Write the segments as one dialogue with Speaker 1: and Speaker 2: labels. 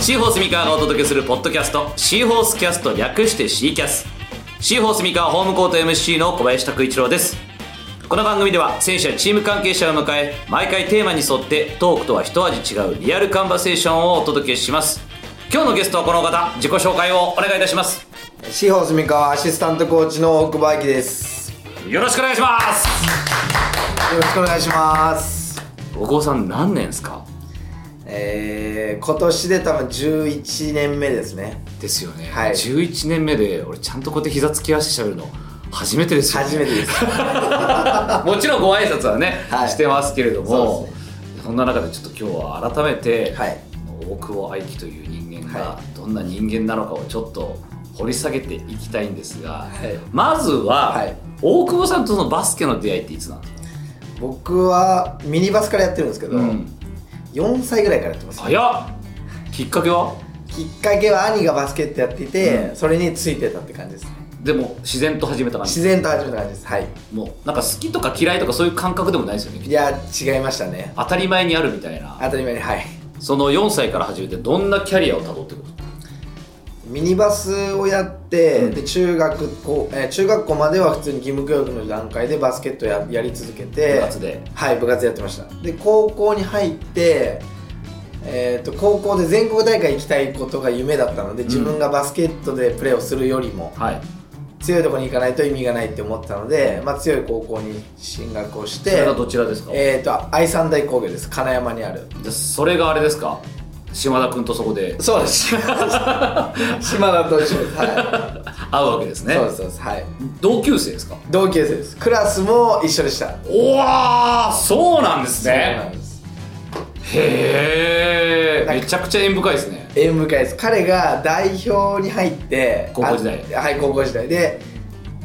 Speaker 1: シーホース三河がお届けするポッドキャストシーホースキャスト略してシーキャスシーホース三河ホームコート MC の小林拓一郎ですこの番組では選手やチーム関係者を迎え毎回テーマに沿ってトークとは一味違うリアルカンバセーションをお届けします今日のゲストはこの方自己紹介をお願いいたします
Speaker 2: シーホース三河アシスタントコーチの大久保愛希です
Speaker 1: よろしくお願いします
Speaker 2: よろしくお願いします
Speaker 1: お子さん何年ですか
Speaker 2: えー、今年で多分11年目ですね
Speaker 1: ですよね、
Speaker 2: はい
Speaker 1: 11年目で俺ちゃんとこうやって膝つき合わせてしゃべるの初めてですよ、ね、
Speaker 2: 初めてです
Speaker 1: もちろんご挨拶はね、
Speaker 2: はい
Speaker 1: してますけれど
Speaker 2: そう
Speaker 1: も
Speaker 2: で
Speaker 1: そ,、んな中でちょっと今日は改めて、
Speaker 2: はい
Speaker 1: 大久保愛希という人間が
Speaker 2: は
Speaker 1: どんな人間なのかをちょっと掘り下げていきたいんですが、
Speaker 2: い
Speaker 1: まずは、
Speaker 2: はい
Speaker 1: 大久保さんとのバスケの出会いっていつなんですか、
Speaker 2: 僕はミニバスからやってるんですけど、4歳ぐらいからやってます
Speaker 1: 早っきっかけは
Speaker 2: きっかけは兄がバスケットやっていて、
Speaker 1: うん
Speaker 2: それについてたって感じですね
Speaker 1: でも自然と始めた感じ
Speaker 2: 自然と始めた感じですはい
Speaker 1: もうなんか好きとか嫌いとかそういう感覚でもないですよね
Speaker 2: いや違いましたね
Speaker 1: 当たり前にあるみたいな
Speaker 2: 当たり前にはい
Speaker 1: その4歳から始めてどんなキャリアをたどってくる
Speaker 2: ミニバスをやって、
Speaker 1: うん
Speaker 2: で中学校、えー中学校までは普通に義務教育の段階でバスケットややり続けて
Speaker 1: 部活で
Speaker 2: はい部活やってましたで高校に入ってえー、と高校で全国大会行きたいことが夢だったので、自分がバスケットでプレーをするよりも
Speaker 1: はい
Speaker 2: 強いところに行かないと意味がないって思ってたので、まあ、強い高校に進学をし
Speaker 1: それ
Speaker 2: て
Speaker 1: がどちらですか、
Speaker 2: えー、と愛三大工業です金山にある
Speaker 1: でそれがあれですか島田君とそこで
Speaker 2: そうです 島田と一緒ですは
Speaker 1: 会うわけです
Speaker 2: い、
Speaker 1: ね
Speaker 2: そうですそうですはい
Speaker 1: 同級生ですか
Speaker 2: 同級生ですクラスも一緒でした
Speaker 1: おわーそうなんです
Speaker 2: そうな
Speaker 1: ね
Speaker 2: んです
Speaker 1: へえ
Speaker 2: なんか
Speaker 1: めちゃくちゃ縁深いですね
Speaker 2: 縁深いです彼が代表に入って
Speaker 1: 高校時代
Speaker 2: あはい高校時代で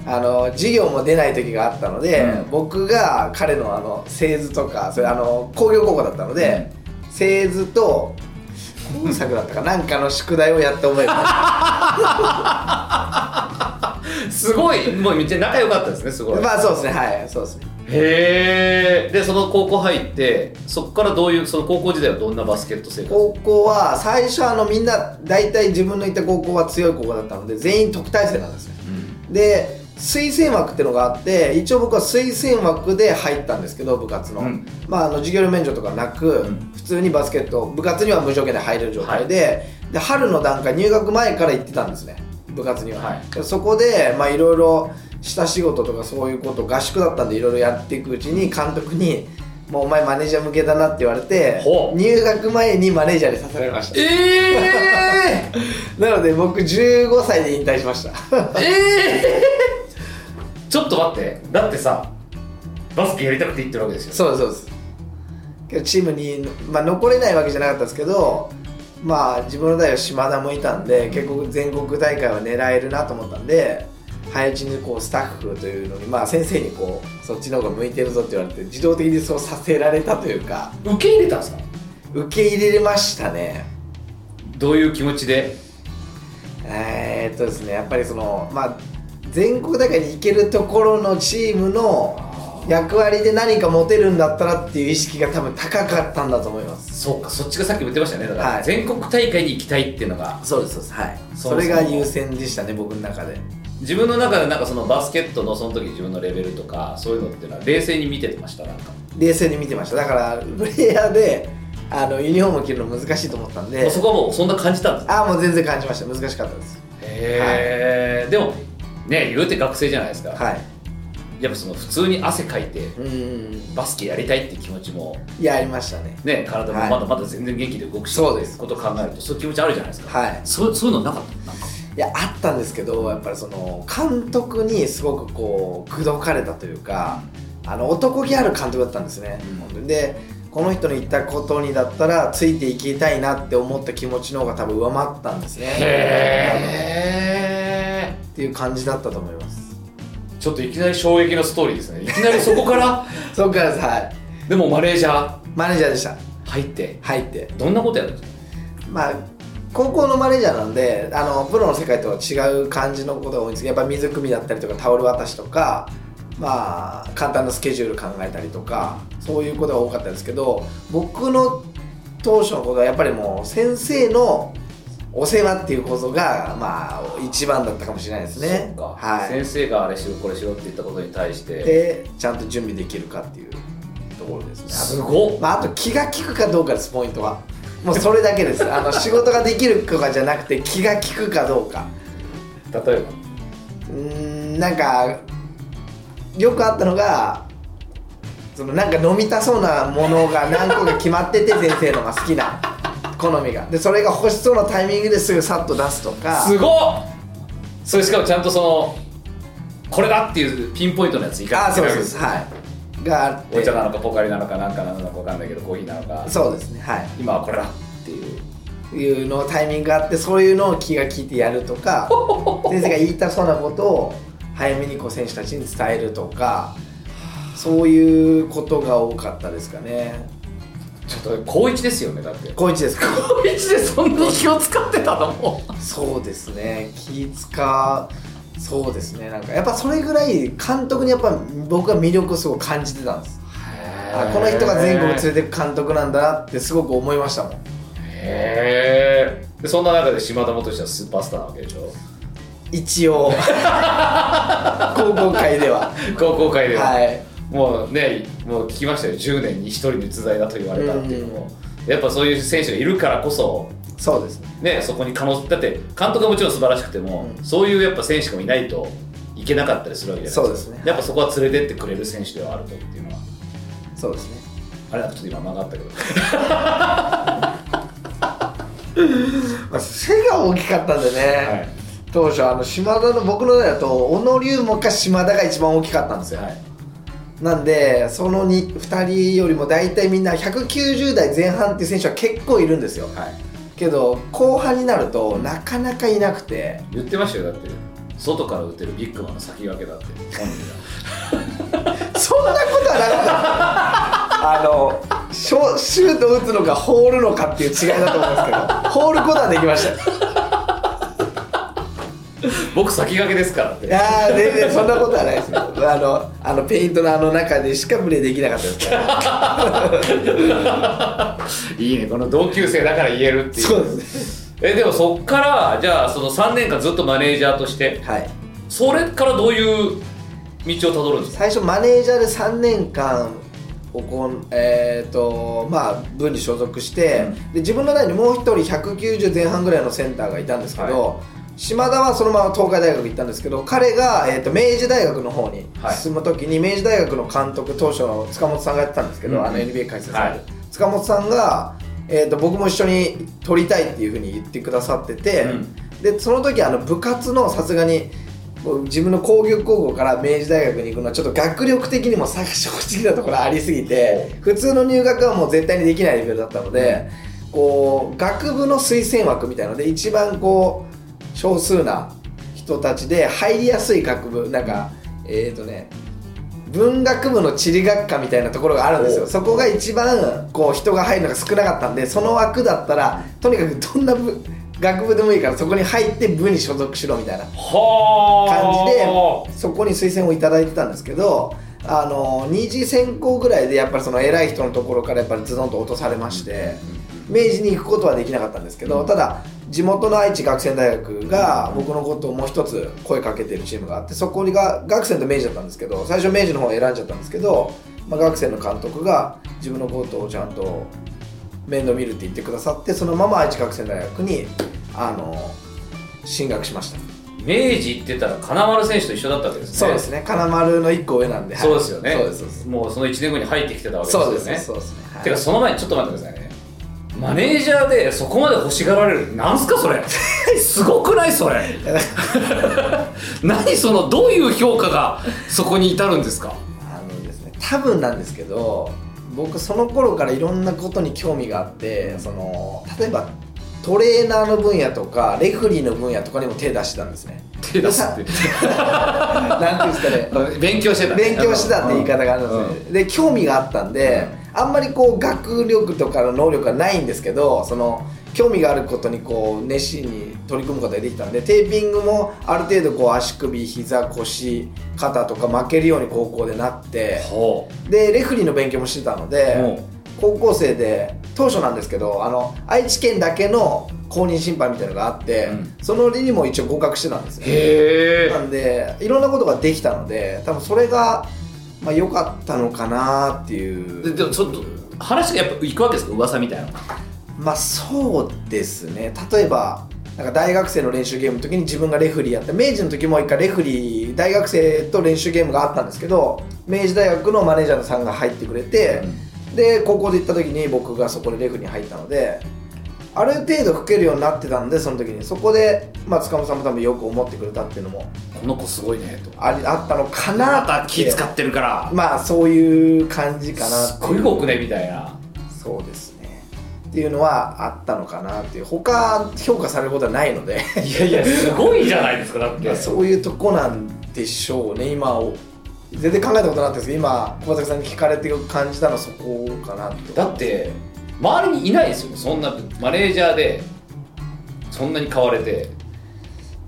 Speaker 2: あの授業も出ない時があったので、
Speaker 1: うん
Speaker 2: 僕が彼のあの製図とかそれあの工業高校だったので、製図と工作 だったかなんかの宿題をやって覚えてました
Speaker 1: すごいもうめっちゃ仲良かったですねすごい、
Speaker 2: まあそうですねはいそうですね
Speaker 1: へえでその高校入ってそこからどういうその高校時代はどんなバスケット生活
Speaker 2: 高校は最初あのみんな大体自分の行った高校は強い高校だったので全員特待生なんですよで推薦枠ってのがあって一応僕は推薦枠で入ったんですけど部活の、
Speaker 1: うん
Speaker 2: まああの授業料免除とかなく、
Speaker 1: ん
Speaker 2: 普通にバスケット部活には無条件で入れる状態で,、で春の段階入学前から行ってたんですね部活には、
Speaker 1: はい
Speaker 2: でそこでまあいろいろ下仕事とかそういうこと合宿だったんでいろいろやっていくうちに監督に「もうお前マネージャー向けだな」って言われて
Speaker 1: ほう
Speaker 2: 入学前にマネージャーに刺されました
Speaker 1: えー、
Speaker 2: なので僕15歳で引退しました
Speaker 1: えー、 ちょっと待ってだってさバスケやりたくて言ってるわけですよ
Speaker 2: そうですそうですけどチームに、まあ、残れないわけじゃなかったですけどまあ自分の代は島田もいたんで結構全国大会は狙えるなと思ったんで早うちにこうスタッフというのに、まあ、先生にこうそっちの方が向いてるぞって言われて自動的にそうさせられたというか
Speaker 1: 受け入れたんですか
Speaker 2: 受け入れましたね
Speaker 1: どういう気持ちで
Speaker 2: えー、っとですねやっぱりそのまあ全国大会に行けるところのチームの役割で何か持てるんだったらっていう意識が多分高かったんだと思います
Speaker 1: そうかそっちがさっきも言ってましたねだから、
Speaker 2: はい
Speaker 1: 全国大会に行きたいっていうのが
Speaker 2: そうですそうですはい
Speaker 1: そ
Speaker 2: そう
Speaker 1: そう
Speaker 2: れが優先でしたね僕の中で
Speaker 1: 自分の中でなんかそのバスケットのその時自分のレベルとかそういうのっていうのは冷静に見ててましたなんか
Speaker 2: 冷静に見てましただからプレイヤーであのユニフォームを着るの難しいと思ったん
Speaker 1: も
Speaker 2: で
Speaker 1: うそこはもうそんな感じたんです
Speaker 2: ああもう全然感じました難しかったです
Speaker 1: へえ、でもね言うて学生じゃないですか、
Speaker 2: はい
Speaker 1: やっぱその普通に汗かいて
Speaker 2: うーん
Speaker 1: バスケやりたいって気持ちも
Speaker 2: やりましたね
Speaker 1: ね体も
Speaker 2: はい
Speaker 1: まだまだ全然元気で動くし、
Speaker 2: そうです
Speaker 1: ことを考えるとそういう気持ちあるじゃないですか、
Speaker 2: はい
Speaker 1: そうそういうのなかったなんか
Speaker 2: いやあったんですけどやっぱりその監督にすごくこう口説かれたというかあの男気ある監督だったんですね、
Speaker 1: うん
Speaker 2: 本当にでこの人の言ったことにだったらついていきたいなって思った気持ちの方が多分上回ったんですね
Speaker 1: へえ
Speaker 2: っていう感じだったと思います
Speaker 1: ちょっといきなり衝撃のストーリーですねいきなりそこから
Speaker 2: そっからですはい
Speaker 1: でもマネージャー
Speaker 2: マネージャーでした
Speaker 1: 入って
Speaker 2: 入って
Speaker 1: どんなことやるんですか
Speaker 2: まあ高校のマネージャーなんであのプロの世界とは違う感じのことが多いんですけどやっぱ水汲みだったりとかタオル渡しとかまあ簡単なスケジュール考えたりとかそういうことが多かったですけど僕の当初のことはやっぱりもう先生のお世話っていうことがまあ一番だったかもしれないです
Speaker 1: そ
Speaker 2: ね
Speaker 1: っ。か
Speaker 2: はい
Speaker 1: 先生があれしろこれしろって言ったことに対して
Speaker 2: でちゃんと準備できるかっていうところですね。
Speaker 1: すごっ
Speaker 2: まあ、あと気が利くかどうかですポイントはもうそれだ けですあの仕事ができるとかじゃなくて気が利くかどうか
Speaker 1: 例えば
Speaker 2: うーんなんかよくあったのがそのなんか飲みたそうなものが何個か決まってて先生のが好きな好みがでそれが欲しそうなタイミングですぐさっと出すとか
Speaker 1: すごっそれしかもちゃんとそのこれだっていうピンポイントのやついか
Speaker 2: あ
Speaker 1: な
Speaker 2: ー
Speaker 1: い
Speaker 2: そうですはいがあっ
Speaker 1: お
Speaker 2: て
Speaker 1: 茶なのかポカリなのかなんかなのか分かんないけどコーヒーなのか
Speaker 2: そうですねは
Speaker 1: 今はこれだっていう
Speaker 2: いいうのタイミングがあってそういうのを気が利いてやると か先生が言いたそうなことを早めにこう選手たちに伝えるとかそういうことが多かったですかね
Speaker 1: ちょっと高一ですよねだって
Speaker 2: 高一ですか
Speaker 1: 高一でそんな気を使ってたのも
Speaker 2: そうですね気使うそうですねなんかやっぱそれぐらい監督にやっぱ僕は魅力をすごい感じてたんですあこの人が全国連れてく監督なんだなってすごく思いましたもん
Speaker 1: へえそんな中で島田元志はスーパースターなわけでしょ
Speaker 2: 一 応高校会では
Speaker 1: 高校会では、
Speaker 2: はい
Speaker 1: もうねもう聞きましたよ10年に1人で逸材だと言われたっていうのも、やっぱそういう選手がいるからこそ
Speaker 2: そうですね
Speaker 1: ねそこに可能だって監督はもちろん素晴らしくても、
Speaker 2: うん
Speaker 1: そういうやっぱ選手がいないといけなかったりするわけじゃない
Speaker 2: そうですね
Speaker 1: やっぱそこは連れてってくれる選手ではあるとっていうのは
Speaker 2: そうですね
Speaker 1: あれなんかちょっと今間があったけど
Speaker 2: まあ、背が大きかったんでね、
Speaker 1: はい
Speaker 2: 当初あの島田の僕の代だと小野龍もか島田が一番大きかったんですよ、
Speaker 1: はい
Speaker 2: なんでその 2, 2人よりも大体みんな190代前半っていう選手は結構いるんですよ
Speaker 1: はい
Speaker 2: けど後半になるとなかなかいなくて
Speaker 1: 言ってましたよだって外から打てるビッグマンの先駆け だって本人が
Speaker 2: そんなことはな かったあのショシュート打つのか放るのかっていう違いだと思うんですけど放ることはできましたよ
Speaker 1: 僕先駆けですからって
Speaker 2: いやー全然そんなことはないですよあのあのペイントのあの中でしかプレーできなかったですから
Speaker 1: いいねこの同級生だから言えるっていう
Speaker 2: そうです
Speaker 1: えでもそっからじゃあその3年間ずっとマネージャーとして
Speaker 2: ねはい
Speaker 1: それからどういう道をたどるんですか
Speaker 2: 最初マネージャーで3年間おこんえっ、とまあ分に所属して、で自分の代にもう一人190前半ぐらいのセンターがいたんですけど、
Speaker 1: は
Speaker 2: 島田はそのまま東海大学行ったんですけど彼が、えー、と明治大学の方に
Speaker 1: はい
Speaker 2: 進む時に、明治大学の監督当初の塚本さんがやってたんですけど、
Speaker 1: うん
Speaker 2: あの NBA 解説さん、
Speaker 1: はい
Speaker 2: 塚本さんが、えー、と僕も一緒に撮りたいっていうふうに言ってくださってて、
Speaker 1: うん
Speaker 2: でその時あの部活のさすがにこう自分の工業高校から明治大学に行くのはちょっと学力的にも差が正直なところありすぎて普通の入学はもう絶対にできないレベルだったのでこう学部の推薦枠みたいので一番こう少数な人たちで入りやすい学部なんかえっ、ー、とね文学部の地理学科みたいなところがあるんです
Speaker 1: お
Speaker 2: よ
Speaker 1: う
Speaker 2: そこが一番こう人が入るのが少なかったんでその枠だったらとにかくどんな部学部でもいいからそこに入って部に所属しろみたいな感じで
Speaker 1: は
Speaker 2: そこに推薦をいただいてたんですけどあの二次選考ぐらいでやっぱりその偉い人のところからやっぱりズドンと落とされまして明治に行くことはできなかったんですけどただ地元の愛知学生大学が僕のことをもう一つ声かけてるチームがあってそこが学生と明治だったんですけど最初明治の方を選んじゃったんですけど、まあ、学生の監督が自分のことをちゃんと面倒見るって言ってくださってそのまま愛知学生大学にあの進学しました。
Speaker 1: 明治行ってたら金丸選手と一緒だったわけですね
Speaker 2: そうですね金丸の1個上なんで、はい
Speaker 1: そうですよね
Speaker 2: そうですそうです
Speaker 1: もうその1年後に入ってきてたわけですよ
Speaker 2: そう
Speaker 1: ね
Speaker 2: ですねそうですねはい
Speaker 1: てかその前にちょっと待ってくださいねマネージャーでそこまで欲しがられるなんすかそ れすごくないそれ 何そのどういう評価がそこに至るんですか
Speaker 2: あのですね 多分なんですけど僕その頃からいろんなことに興味があってその例えばトレーナーの分野とかレフェリーの分野とかにも手出してたんで すね
Speaker 1: 手出すって
Speaker 2: なんていうんですかね
Speaker 1: 勉強してた
Speaker 2: 勉強してたって言い方があるんですね、で興味があったんであんまりこう学力とかの能力はないんですけどその興味があることにこう熱心に取り組むことができたんでテーピングもある程度こう足首膝腰肩とか負けるように高校でなって
Speaker 1: ほ
Speaker 2: でレフェリーの勉強もしてたので、
Speaker 1: うん
Speaker 2: 高校生で当初なんですけどあの愛知県だけの公認審判みたいなのがあって、
Speaker 1: うん
Speaker 2: そのにも一応合格してたんです
Speaker 1: う
Speaker 2: よ
Speaker 1: へ
Speaker 2: な
Speaker 1: え
Speaker 2: んでいろんなことができたので多分それがまあ良かったのかなっていう
Speaker 1: ででもちょっと話がやっぱ行くわけですか噂みたいな
Speaker 2: まあそうですね例えばなんか大学生の練習ゲームの時に自分がレフェリーやって明治の時も一回レフェリー大学生と練習ゲームがあったんですけど明治大学のマネージャーさんが入ってくれて、で高校で行った時に僕がそこでレフに入ったのである程度吹けるようになってたんでその時にそこで、まあ、塚本さんも多分よく思ってくれたっていうのも
Speaker 1: この子すごいねと
Speaker 2: ありあったのかな
Speaker 1: あなた
Speaker 2: って
Speaker 1: 気使ってるから
Speaker 2: まあそういう感じかな
Speaker 1: す
Speaker 2: っ
Speaker 1: ってご
Speaker 2: い
Speaker 1: いう動くねみたいな
Speaker 2: そうですねっていうのはあったのかなっていう他評価されることは ないので
Speaker 1: いやいやすごいじゃないですかだっ
Speaker 2: まあ そういうとこなんでしょうね今を全然考えたことなかったですけど今小畑さんに聞かれて感じたのはそこかなって
Speaker 1: だって周りにいないですよそんなマネージャーでそんなに買われて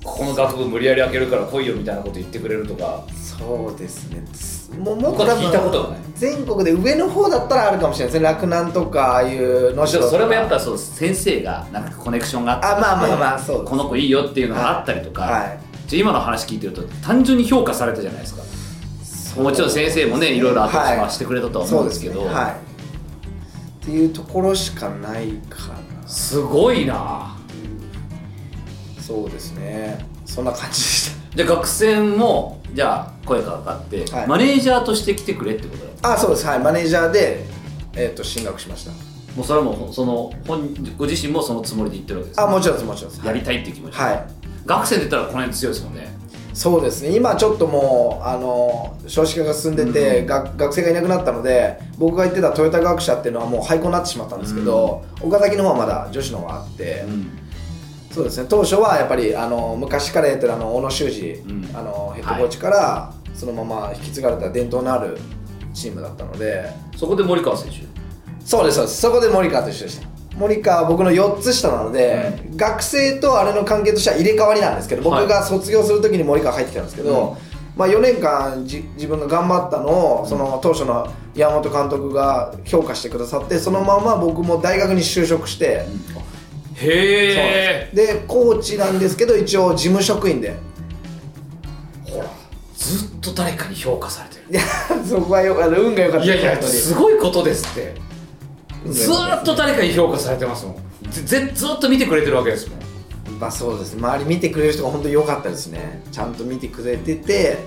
Speaker 1: ここの学部無理やり開けるから来いよみたいなこと言ってくれるとか
Speaker 2: そうですねつもうもっ
Speaker 1: 僕
Speaker 2: と
Speaker 1: は聞いたことがない
Speaker 2: 全国で上の方だったらあるかもしれないですね洛南とかああいう能代とか
Speaker 1: それもやっぱそう先生がなんかコネクションがあった
Speaker 2: あ
Speaker 1: り
Speaker 2: まあまあまあそうです
Speaker 1: この子いいよっていうのがあったりとか、
Speaker 2: は
Speaker 1: じゃあ今の話聞いてると単純に評価されたじゃないですか
Speaker 2: い
Speaker 1: もちろん先生もねいろいろ後押し
Speaker 2: は
Speaker 1: はいしてくれたとは思うんですけど
Speaker 2: そねはいっていうところしかないかな
Speaker 1: すごいな
Speaker 2: そうですねそんな感じでし
Speaker 1: じゃあ学生もじゃあ声がかかって、
Speaker 2: はい
Speaker 1: マネージャーとして来てくれってことだ
Speaker 2: たあそうですはいマネージャーで、えー、と進学しまし
Speaker 1: もうそれはもうその本ご自身もそのつもりで言ってるわけです
Speaker 2: た
Speaker 1: ね、
Speaker 2: あもちろんですもちろんです
Speaker 1: やり
Speaker 2: い
Speaker 1: たいっていう気持ち、
Speaker 2: はい
Speaker 1: 学生で言ったらこの辺強いですもんね
Speaker 2: そうですね今ちょっともうあの少子化が進んでて、が学生がいなくなったので僕が言ってたトヨタ学者っていうのはもう廃校になってしまったんですけど、岡崎の方はまだ女子の方があって、そうですね当初はやっぱりあの昔からやってるあの小野修二、
Speaker 1: うん
Speaker 2: あのヘッドコーチから、そのまま引き継がれた伝統のあるチームだったので
Speaker 1: そこで森川選手
Speaker 2: そうですそうですそこで森川と一緒でした森川は僕の4つ下なので、学生とあれの関係としては入れ替わりなんですけど
Speaker 1: はい
Speaker 2: 僕が卒業する時に森川入ってきたんですけど、まあ、4年間じ自分が頑張ったのをその当初の山本監督が評価してくださってそのまま僕も大学に就職して、そうなん
Speaker 1: へえ
Speaker 2: ですでコーチなんですけど一応事務職員で
Speaker 1: ほらずっと誰かに評価されてる
Speaker 2: いやそこはよあの運が良かった
Speaker 1: い
Speaker 2: です
Speaker 1: やいやすごいことですって
Speaker 2: うん
Speaker 1: ずーっと誰かに評価されてますもんぜぜずーっと見てくれてるわけですもん
Speaker 2: まあそうですね周り見てくれる人が本当に良かったですねちゃんと見てくれてて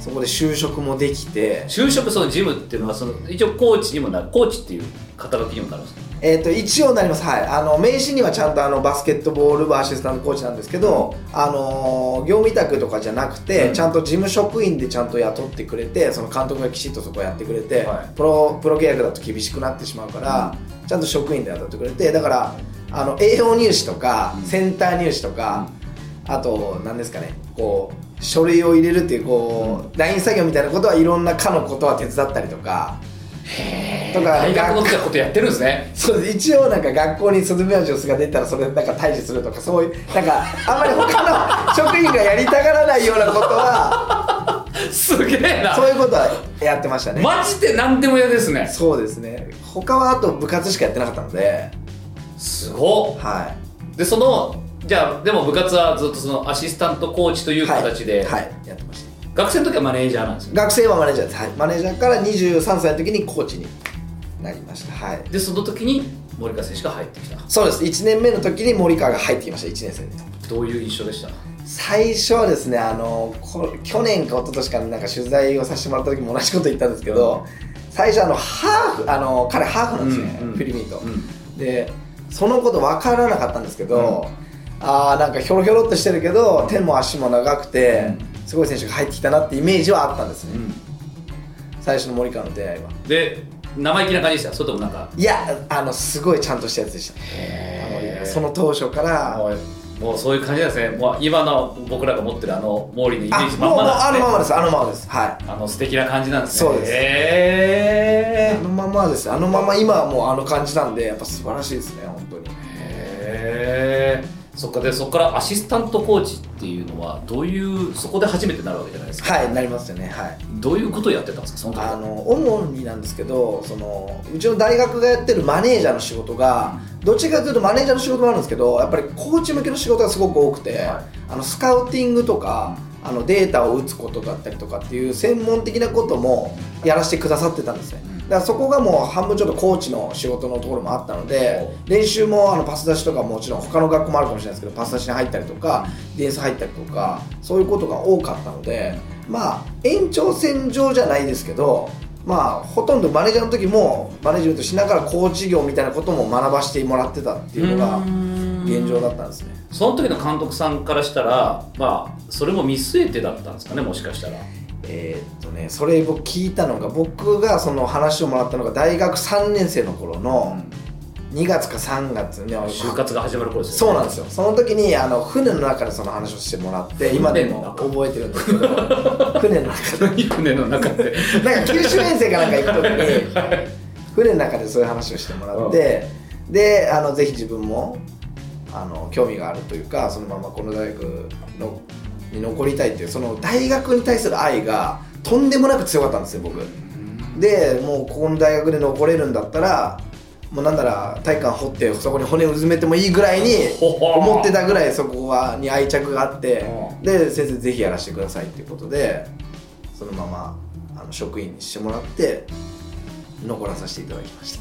Speaker 2: そこで就職もできて
Speaker 1: 就職そのジムっていうのはその一応コーチにもなるコーチっていう肩書きにもなるんですか
Speaker 2: えっ、と一応なりますはいあの名刺にはちゃんとあのバスケットボール部アシスタントコーチなんですけど、あのー業務委託とかじゃなくて、
Speaker 1: うん
Speaker 2: ちゃんと事務職員でちゃんと雇ってくれてその監督がきちっとそこやってくれて、
Speaker 1: はい
Speaker 2: プロプロ契約だと厳しくなってしまうから、ちゃんと職員で雇ってくれてだからあの栄養入試とか、
Speaker 1: うん
Speaker 2: センター入試とか、あと何ですかねこう書類を入れるっていうこう、ライン作業みたいなことはいろんな課のことは手伝ったりとか。とか
Speaker 1: 大学の時はことやってるんですね
Speaker 2: そうです一応なんか学校にスズメバチの巣が出たらそれなんか退治するとかそういうなんかあんまり他の職員がやりたがらないようなことは
Speaker 1: すげえな
Speaker 2: そういうことはやってましたね、
Speaker 1: マジで何でも嫌ですね
Speaker 2: そうですね他はあと部活しかやってなかったのです
Speaker 1: ご
Speaker 2: は
Speaker 1: っでそのじゃあでも部活はずっとそのアシスタントコーチとい
Speaker 2: いう
Speaker 1: 形で、
Speaker 2: はい、はいやってました
Speaker 1: 学生の時はマネージャーなんですよ
Speaker 2: 学生はマネージャーです、はい、マネージャーから23歳の時にコーチになりましたはい
Speaker 1: でその時に森川選手が入ってきた
Speaker 2: そうです1年目の時に森川が入ってきました1年生で
Speaker 1: どういう印象でした
Speaker 2: 最初はですねあのこ去年か一昨年かなんか取材をさせてもらった時も同じこと言ったんですけど、最初あのハーフあの彼ハーフなんですね、
Speaker 1: うんうん
Speaker 2: フィリピンと、
Speaker 1: うん
Speaker 2: でそのこと分からなかったんですけど、あーなんかひょろひょろっとしてるけど手も足も長くて、すごい選手が入ってきたなってイメージはあったんですね、最初の森川の出会いは
Speaker 1: で生意気な感じでしたそれともなんか
Speaker 2: いやあのすごいちゃんとしたやつでした
Speaker 1: へ
Speaker 2: その当初から
Speaker 1: もうもうそういう感じなんですねもう今の僕らが持ってるあの毛利のイメ
Speaker 2: あ
Speaker 1: ージま
Speaker 2: も
Speaker 1: ん
Speaker 2: うも
Speaker 1: ま
Speaker 2: う
Speaker 1: な
Speaker 2: あ
Speaker 1: ん
Speaker 2: の
Speaker 1: です
Speaker 2: ま
Speaker 1: ね
Speaker 2: まですあのままですはい
Speaker 1: あの素敵な感じなんですね
Speaker 2: そうです
Speaker 1: へ
Speaker 2: あのままですあのまま今はもうあの感じなんでやっぱ素晴らしいですね本当に
Speaker 1: ーへ
Speaker 3: へえそっかでそこからアシスタントコーチっていうのはどういうそこで初めてなるわけじゃないですか
Speaker 2: はいなりますよねはい
Speaker 3: どういうことをやってたんですかその時
Speaker 2: あ
Speaker 3: は
Speaker 2: の主になんですけどそのうちの大学がやってるマネージャーの仕事がどっちかというとマネージャーの仕事もあるんですけどやっぱりコーチ向けの仕事がすごく多くて、
Speaker 3: はい
Speaker 2: あのスカウティングとかあのデータを打つことだったりとかっていう専門的なこともやらせてくださってたんですね
Speaker 3: うん
Speaker 2: だからそこがもう半分ちょっとコーチの仕事のところもあったので練習もあのパス出しとかもちろん他の学校もあるかもしれないですけどパス出しに入ったりとかディフェンス入ったりとかそういうことが多かったのでまあ延長線上じゃないですけどまあほとんどマネージャーの時もマネージメントしながらコーチ業みたいなことも学ばしてもらってたっていうのが現状だったんですね
Speaker 3: その時の監督さんからしたらまあそれも見据えてだったんですかねもしかしたら
Speaker 2: えーっとねそれ僕聞いたのが僕がその話をもらったのが大学3年生の頃の2月か3月ね
Speaker 3: 就活が始まる頃です
Speaker 2: そうなんですすよその時にあの船の中でその話をしてもらって今でも覚えてるんですけど船の中で
Speaker 3: 船の中で
Speaker 2: なんか九州遠征かなんか行く時に船の中でそういう話をしてもらって、であのぜひ自分もあの興味があるというかそのままこの大学のに残りたいっていうその大学に対する愛がとんでもなく強かったんですよ僕。でもうここの大学で残れるんだったらもうなんなら体育館掘ってそこに骨をうずめてもいいぐらいに
Speaker 3: ほほ
Speaker 2: 思ってたぐらいそこはに愛着があって
Speaker 3: う
Speaker 2: で先生ぜひやらせてくださいっていうことでそのままあの職員にしてもらって残らさせていただきまし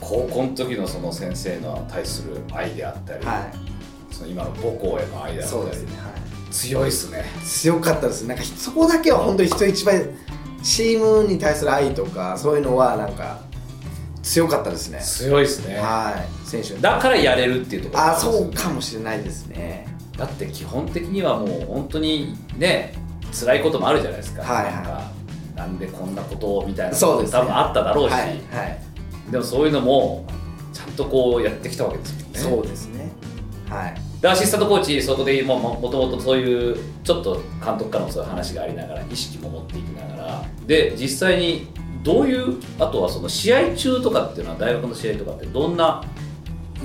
Speaker 1: 高校の時のその先生の対する愛であったり、
Speaker 2: たは
Speaker 1: その今の母校への愛
Speaker 2: い
Speaker 1: であっ
Speaker 2: そうで
Speaker 1: た
Speaker 2: す
Speaker 1: り
Speaker 2: ね、はい
Speaker 1: 強いですね
Speaker 2: 強かったですなんかそこだけは本当に人一倍チームに対する愛とかそういうのはなんか強かったですね
Speaker 1: 強いですね
Speaker 2: はい選手に
Speaker 3: だからやれるっていうところ
Speaker 2: あそうかもしれないですね
Speaker 3: だって基本的にはもう本当にね辛いこともあるじゃないですか、
Speaker 2: はいはい
Speaker 3: なんかなんでこんなことをみたいなこ
Speaker 2: そう
Speaker 3: と
Speaker 2: ですね
Speaker 3: 多分あっただろうし
Speaker 2: はい、はい、
Speaker 3: でもそういうのもちゃんとこうやってきたわけですもんね
Speaker 2: そうですねはい
Speaker 3: でアシスタントコーチそこでももともとそういうちょっと監督からもそういう話がありながら意識も持っていきながらで実際にどういうあとはその試合中とかっていうのは大学の試合とかってどんな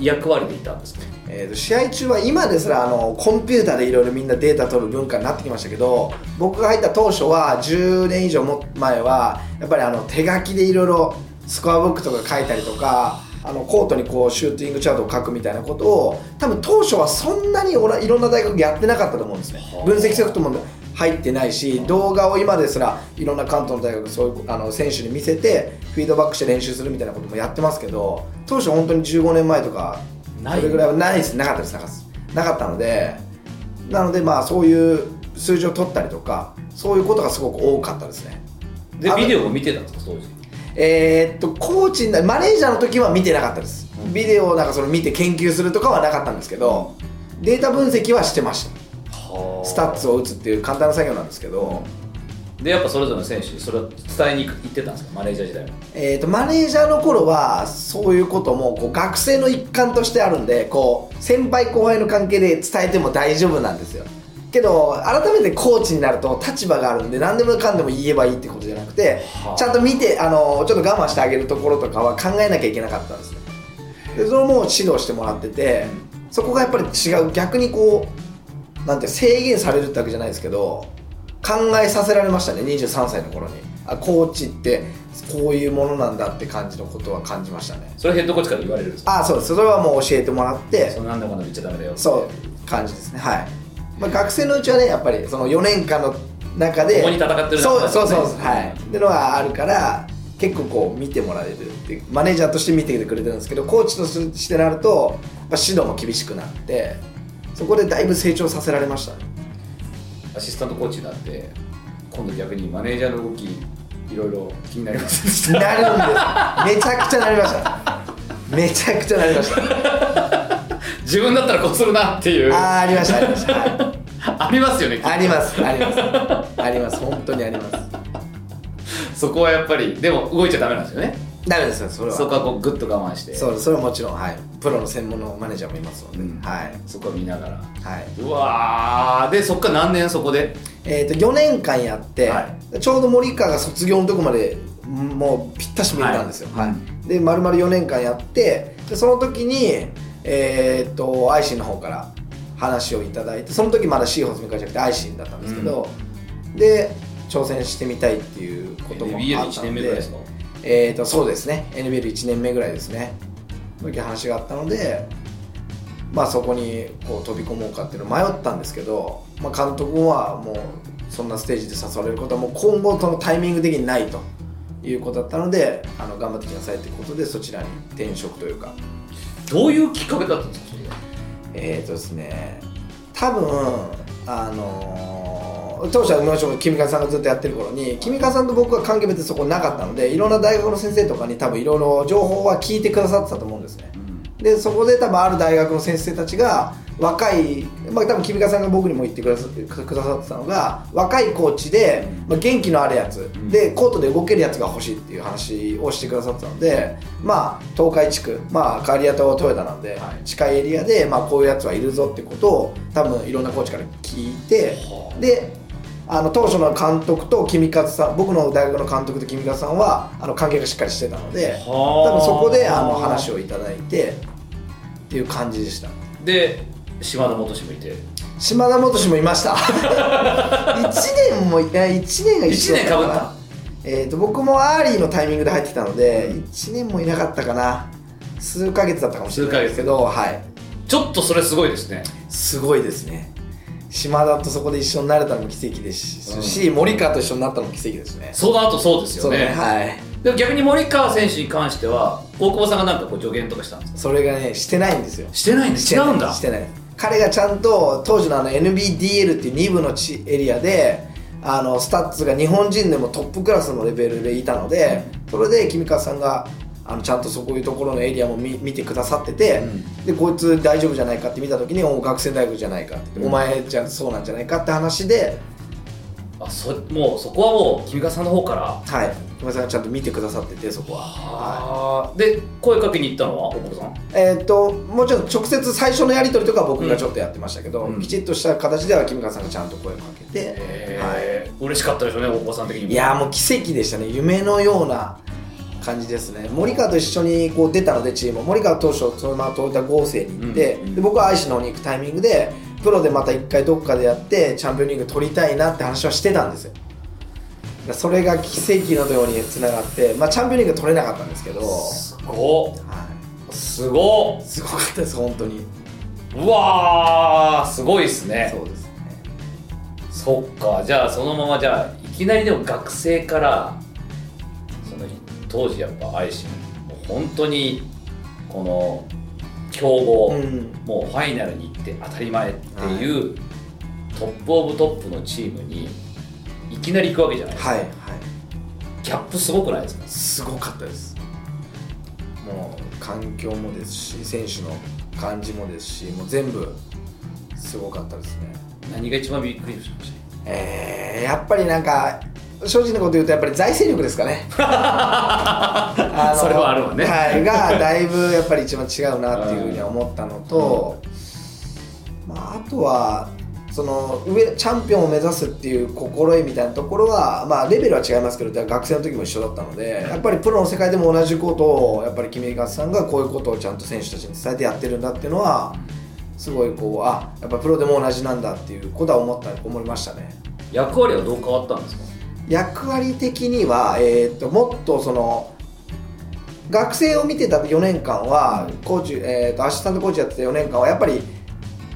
Speaker 3: 役割でいたんですか
Speaker 2: えーと試合中は今ですらあのコンピューターでいろいろみんなデータ取る文化になってきましたけど僕が入った当初は10年以上も前はやっぱりあの手書きでいろいろスコアブックとか書いたりとかあのコートにこうシューティングチャートを書くみたいなことを多分当初はそんなにおらいろんな大学やってなかったと思うんですね
Speaker 3: はあ
Speaker 2: 分析ソフトも入ってないし動画を今ですらいろんな関東の大学そういうあの選手に見せてフィードバックして練習するみたいなこともやってますけど当初本当に15年前とか
Speaker 3: ない
Speaker 2: それぐらいはないですなかったですなかったですなかったのでなのでまあそういう数字を取ったりとかそういうことがすごく多かったですね
Speaker 3: で
Speaker 2: あの
Speaker 3: ビデオも見てたんですか当時
Speaker 2: えーっとコーチになマネージャーの時は見てなかったですビデオをなんかその見て研究するとかはなかったんですけどデータ分析はしてましたスタッツを打つっていう簡単な作業なんですけど、
Speaker 3: でやっぱそれぞれの選手にそれを伝えに行く行ってたんですかマネージャー時代は
Speaker 2: えー、とマネージャーの頃はそういうこともこう学生の一環としてあるんでこう先輩後輩の関係で伝えても大丈夫なんですよけど改めてコーチになると立場があるんで何でもかんでも言えばいいってことじゃなくて
Speaker 3: はあ
Speaker 2: ちゃんと見てあのちょっと我慢してあげるところとかは考えなきゃいけなかったんですねでそれも指導してもらっててそこがやっぱり違う逆にこうなんて制限されるってわけじゃないですけど考えさせられましたね23歳の頃にあコーチってこういうものなんだって感じのことは感じましたね
Speaker 3: それヘッドコーチから言われるんですか
Speaker 2: あそうですそれはもう教えてもらって
Speaker 3: そんなんだかんだ言っちゃダメだよって
Speaker 2: そう感じですねはい、まあ、学生のうちはねやっぱりその4年間の中で
Speaker 3: 共に戦ってる中
Speaker 2: そ
Speaker 3: でね
Speaker 2: うそうそうそうはいってのはあるから結構こう見てもらえるっていうマネージャーとして見ててくれてるんですけどコーチとしてなると、まあ、指導も厳しくなってそこでだいぶ成長させられましたね
Speaker 1: アシスタントコーチになって今度逆にマネージャーの動きいろいろ気になりませんでした
Speaker 2: なる んですめちゃくちゃなりましためちゃくちゃなりました
Speaker 1: 自分だったらこうするなっていうあ
Speaker 2: あーあり ましたありました、はい
Speaker 1: りますよね
Speaker 2: ありますありますあります本当にあります
Speaker 1: そこはやっぱりでも動いちゃダメなんですよね
Speaker 2: ダメですよそれは
Speaker 1: そこはこうグッと我慢して
Speaker 2: そうそれはもちろん、はい、プロの専門のマネージャーもいますので、
Speaker 1: うん
Speaker 2: はい
Speaker 1: そこは見ながら
Speaker 2: はい、
Speaker 1: うわーでそっから何年そこで
Speaker 2: えー、と4年間やって、
Speaker 1: は
Speaker 2: ちょうど森川が卒業のとこまでもうぴったし向いたんですよ、
Speaker 1: はい
Speaker 2: はいで丸々4年間やってでその時に、ええーっとアイシンの方から話をいただいてその時まだシーホーズ向かいじゃなくてアイシンだったんですけど、で挑戦してみたいっていうことも
Speaker 1: NBA
Speaker 2: あ
Speaker 1: で
Speaker 2: った
Speaker 1: 1
Speaker 2: の
Speaker 1: 年目ぐらいですか
Speaker 2: えー、とそうですね NBL1 年目ぐらいですねの時話があったので、まあ、そこにこう飛び込もうかっていうのを迷ったんですけど、まあ、監督はもうそんなステージで誘われることはもう今後とのタイミング的にないということだったのであの頑張ってきなさいということでそちらに転職というか
Speaker 1: どういうきっかけだったんですかそれは
Speaker 2: えっ、ー、とですね多分あのー当初はもちろん君川さんがずっとやってる頃に君川さんと僕は関係別にそこなかったのでいろんな大学の先生とかに多分いろいろ情報は聞いてくださってたと思うんですねでそこで多分ある大学の先生たちが若い、まあ、多分君川さんが僕にも言ってくださってくださってたのが若いコーチで、まあ、元気のあるやつ、
Speaker 1: ん
Speaker 2: でコートで動けるやつが欲しいっていう話をしてくださってたのでまあ東海地区まあ刈谷と豊田なんで、
Speaker 1: はい
Speaker 2: 近いエリアで、まあ、こういうやつはいるぞってことを多分いろんなコーチから聞いて
Speaker 1: はあ
Speaker 2: であの当初の監督と君勝さん僕の大学の監督と君勝さんはあの関係がしっかりしてたので。多分そこであの話
Speaker 1: を
Speaker 2: をいただいてっていう感じでした
Speaker 1: で島田元志もいて
Speaker 2: 島田元志もいました 1年もいや1年が一緒だ
Speaker 1: 一年
Speaker 2: か
Speaker 1: 被っ
Speaker 2: な
Speaker 1: た
Speaker 2: えー、と僕もアーリーのタイミングで入ってきたので、1年もいなかったかな数ヶ月だったかもしれないですけどはい
Speaker 1: ちょっとそれすごいですね
Speaker 2: すごいですね島田とそこで一緒になれたのも奇跡ですし、森川と一緒になったのも奇跡ですね
Speaker 1: その後そうですよ
Speaker 2: う
Speaker 1: ね
Speaker 2: はい
Speaker 1: でも逆に森川選手に関しては大久保さんがなんかこう助言とかしたんですか
Speaker 2: それがねしてないんですよ
Speaker 1: してないんです違うんだ
Speaker 2: してない彼がちゃんと当時のあの NBDL っていう2部の地エリアであのスタッツが日本人でもトップクラスのレベルでいたのでそれで君川さんがあのちゃんとそういうところのエリアも見見てくださってて、でこいつ大丈夫じゃないかって見た時にお学生大学じゃないかって、
Speaker 1: うん
Speaker 2: お前じゃそうなんじゃないかって話で
Speaker 1: あそもうそこはもう君川さんの方から
Speaker 2: はい君川さんがちゃんと見てくださっててそこは。はい
Speaker 1: あーで声かけに行ったのは大久保さん
Speaker 2: えー、ともちろん直接最初のやり取りとかは僕がちょっとやってましたけど、
Speaker 1: うん
Speaker 2: きちっとした形では君川さんがちゃんと声をかけて、はい、
Speaker 1: えー嬉しかったでしょうね大久保さん的にも
Speaker 2: いやーもう奇跡でしたね夢のような感じですね森川と一緒にこう出たのでチーム森川当初そのまま東田合成に行って、
Speaker 1: うん
Speaker 2: で僕は愛知の方に行くタイミングでプロでまた一回どっかでやってチャンピオンリーグ取りたいなって話はしてたんですよそれが奇跡のようにつながって、まあ、チャンピオンリーグ取れなかったんですけど、は
Speaker 1: すごっすごっ
Speaker 2: い、すごかったです本当に
Speaker 1: うわーすごいですね
Speaker 2: そうですね
Speaker 1: そっかじゃあそのままじゃあいきなりでも学生からその当時やっぱ愛心もう本当にこの強豪、
Speaker 2: うん
Speaker 1: もうファイナルに行って当たり前っていう、トップオブトップのチームにいきなり行くわけじゃないですか、
Speaker 2: はいはい
Speaker 1: ギャップすごくないですか
Speaker 2: すごかったですもう環境もですし選手の感じもですしもう全部すごかったですね
Speaker 1: 何が一番びっくりしました
Speaker 2: えー、やっぱりなんか正直なこと言うとやっぱり財政力です かねあの
Speaker 1: それはあるわね
Speaker 2: はい、がだいぶやっぱり一番違うなっていうふうには思ったのと、まあ、あとはその上チャンピオンを目指すっていう心得みたいなところは、まあ、レベルは違いますけど学生の時も一緒だったのでやっぱりプロの世界でも同じことをやっぱり君勝さんがこういうことをちゃんと選手たちに伝えてやってるんだっていうのはすごいこうあやっぱプロでも同じなんだっていうことは思った思いましたね。
Speaker 1: 役割はどう変わったんですか
Speaker 2: 役割的には、えー、ともっとその学生を見てた4年間はコーチ、えー、とアシスタントコーチやってた4年間はやっぱり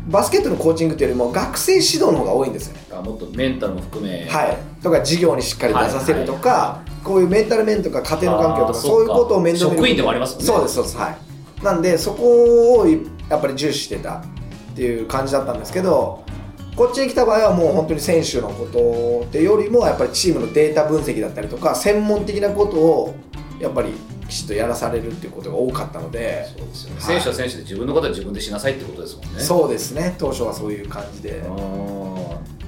Speaker 2: バスケットのコーチングというよりも学生指導の方が多いんですよね。
Speaker 1: あもっとメンタルも含め、
Speaker 2: はい、とか授業にしっかり出させるとか、こういうメンタル面とか家庭の環境と
Speaker 1: あー
Speaker 2: か
Speaker 1: そっか
Speaker 2: そういうことを面倒見る
Speaker 1: 職員でもありますもんね
Speaker 2: そうですそうですはいなんでそこをやっぱり重視してたっていう感じだったんですけどこっちに来た場合はもう本当に選手のことってよりもやっぱりチームのデータ分析だったりとか専門的なことをやっぱりきちっとやらされるっていうことが多かったので
Speaker 1: そうですよね、
Speaker 2: はい
Speaker 1: 選手は選手で自分のことは自分でしなさいってことですもんねう
Speaker 2: そうですね当初はそういう感じで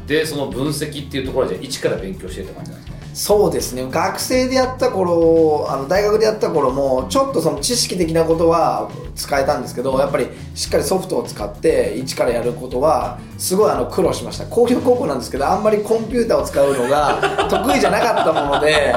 Speaker 1: でその分析っていうところで一から勉強してって感じなんですね
Speaker 2: そうですね学生でやった頃あの大学でやった頃もちょっとその知識的なことは使えたんですけどやっぱりしっかりソフトを使って一からやることはすごいあの苦労しました工業高校なんですけどあんまりコンピューターを使うのが得意じゃなかったもので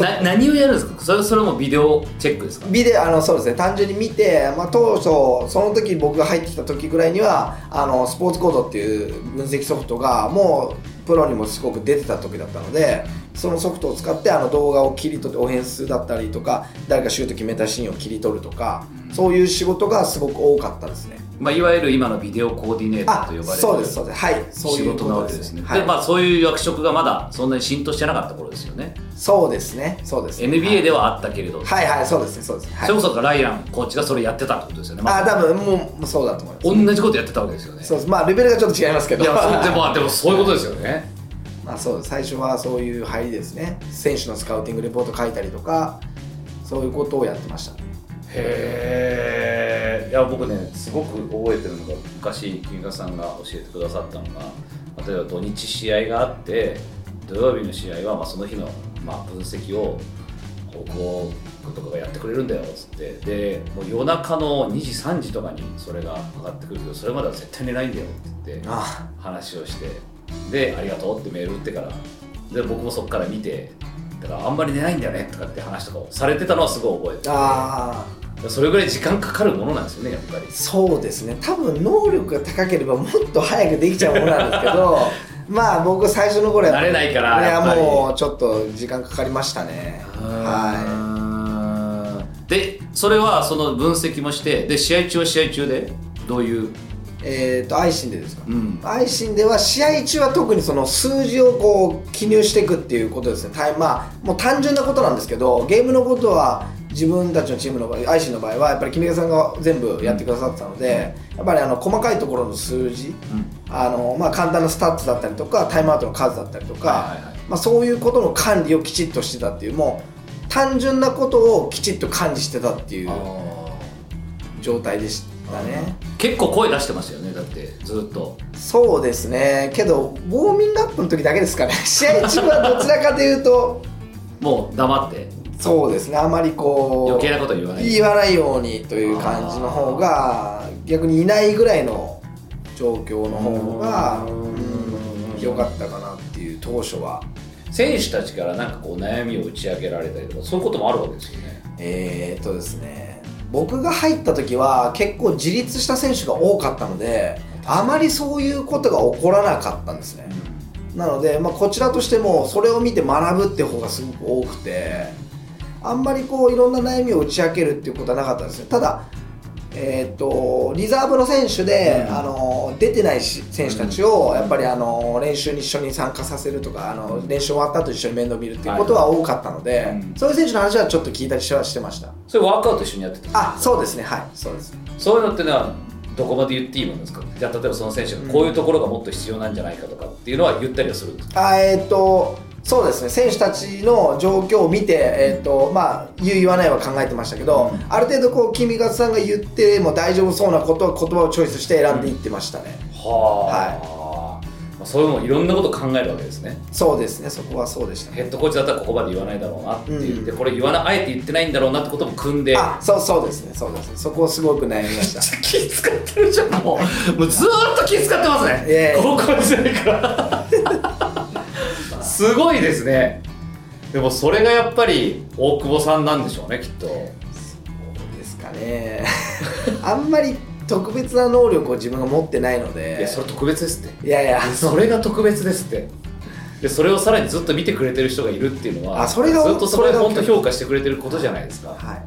Speaker 1: な何をやるんですかそれそれもビデオチェックですか
Speaker 2: ビデオあのそうですね単純に見て、まあ、当初その時僕が入ってきた時ぐらいにはあのスポーツコードっていう分析ソフトがもうプロにもすごく出てた時だったのでそのソフトを使ってあの動画を切り取ってオフェンスだったりとか誰かシュート決めたシーンを切り取るとかそういう仕事がすごく多かったですね
Speaker 3: まあ、いわゆる今のビデオコーディネーター
Speaker 2: あ
Speaker 3: と呼ばれる
Speaker 2: そうですそうですはいそう
Speaker 3: 仕
Speaker 2: いう
Speaker 3: 事
Speaker 2: こ
Speaker 3: な
Speaker 2: と
Speaker 3: わけ
Speaker 2: です
Speaker 3: ですね
Speaker 2: はい
Speaker 3: でまあ、そういう役職がまだそんなに浸透してなかった頃ですよね
Speaker 2: そうですねそうですね
Speaker 3: NBA ではあったけれど、
Speaker 2: はいはいそうですねそうですね、はい
Speaker 3: それこそライアンコーチがそれやってたってことですよね、ま
Speaker 2: あ多分もうそうだと思います
Speaker 3: 同じことやってたわけですよね
Speaker 2: そうですまあレベルがちょっと違いますけど
Speaker 1: いやそうでもまあでもそういうことですよね
Speaker 2: まあそうです最初はそういう入りですね選手のスカウティングレポート書いたりとかそういうことをやってました
Speaker 1: へえいや僕ねすごく覚えてるのが昔君川さんが教えてくださったのが例えば土日試合があって土曜日の試合はまあその日のまあ分析を高校とかがやってくれるんだよっつってでもう夜中の2時3時とかにそれが上がってくるけどそれまでは絶対寝ないんだよって言って
Speaker 2: あ
Speaker 1: 話をしてで「ありがとう」ってメール打ってからで僕もそこから見てだからあんまり寝ないんだよねとかって話とかをされてたのはすごい覚えてる
Speaker 2: あ
Speaker 1: それぐらい時間かかるものなんですよねやっぱり
Speaker 2: そうですね多分能力が高ければもっと早くできちゃうものなんですけ どまあ僕最初の頃は
Speaker 1: 慣れないから
Speaker 2: い
Speaker 1: やっぱ
Speaker 2: や
Speaker 1: り
Speaker 2: もうちょっと時間かかりましたねは
Speaker 3: はいでそれはその分析もしてで試合中は試合中でどういう、
Speaker 2: いえっ、とアイシンでですか、
Speaker 3: うん、
Speaker 2: アイシンでは試合中は特にその数字をこう記入していくっていうことですね、タイまあ、もう単純なことなんですけどゲームのことは自分たちのチームの場合アイシンの場合はやっぱり君さんが全部やってくださってたので、やっぱりあの細かいところの数字、あのまあ、簡単なスタッツだったりとかタイムアウトの数だったりとか、
Speaker 1: はいはいはい
Speaker 2: まあ、そういうことの管理をきちっとしてたっていうもう単純なことをきちっと管理してたっていう状態でしたね。
Speaker 3: 結構声出してましたよねだってずっと
Speaker 2: そうですねけどウォーミングアップの時だけですかね 試合中はどちらかというと
Speaker 3: もう黙って
Speaker 2: そうですねあまりこう
Speaker 3: 余計なこと言わない
Speaker 2: 言わないようにという感じの方が逆にいないぐらいの状況の方がうん良かったかなっていう当初は
Speaker 1: 選手たちからなんかこう悩みを打ち上げられたりとかそういうこともあるわけですよね
Speaker 2: えー、っとですね僕が入った時は結構自立した選手が多かったのであまりそういうことが起こらなかったんですね、なので、まあ、こちらとしてもそれを見て学ぶって方がすごく多くてあんまりこういろんな悩みを打ち明けるっていうことはなかったですねただ、えー、とリザーブの選手で、あの出てないし選手たちをやっぱりあの練習に一緒に参加させるとかあの練習終わった後一緒に面倒見るっていうことは多かったので、
Speaker 1: うん
Speaker 2: そういう選手の話はちょっと聞いたりはしてました
Speaker 1: それワークアウト一緒にやってた
Speaker 2: あそうですねはいそうです
Speaker 1: そういうのってのはどこまで言っていいものですかじゃあ例えばその選手がこういうところがもっと必要なんじゃないかとかっていうのは言ったりはするんですか
Speaker 2: あえっ、とそうですね選手たちの状況を見て、えっとまあ、言う言わないは考えてましたけど、ある程度こう君勝さんが言っても大丈夫そうなことは言葉をチョイスして選んでいってましたね、
Speaker 1: はあ、まあそれもいろんなこと考えるわけですね
Speaker 2: そうですねそこはそうでしたね
Speaker 1: ヘッドコーチだったらここまで言わないだろうなって言って、
Speaker 2: う
Speaker 1: これ言わなあえて言ってないんだろうなってことも組んで
Speaker 2: あそうそうですねそうですねそこをすごく悩みました
Speaker 1: 気使ってるじゃんも うもうずーっと気使ってますね
Speaker 2: いやいや
Speaker 1: 高校時代から すごいですねでもそれがやっぱり大久保さんなんでしょうねきっと
Speaker 2: ですか ねあんまり特別な能力を自分が持ってないので
Speaker 1: いやそれ特別ですって
Speaker 2: いやいや
Speaker 1: それが特別ですってでそれをさらにずっと見てくれてる人がいるっていうのは
Speaker 2: あそれが
Speaker 1: ずっとそれ
Speaker 2: それが
Speaker 1: 本当評価してくれてることじゃないですか
Speaker 2: はい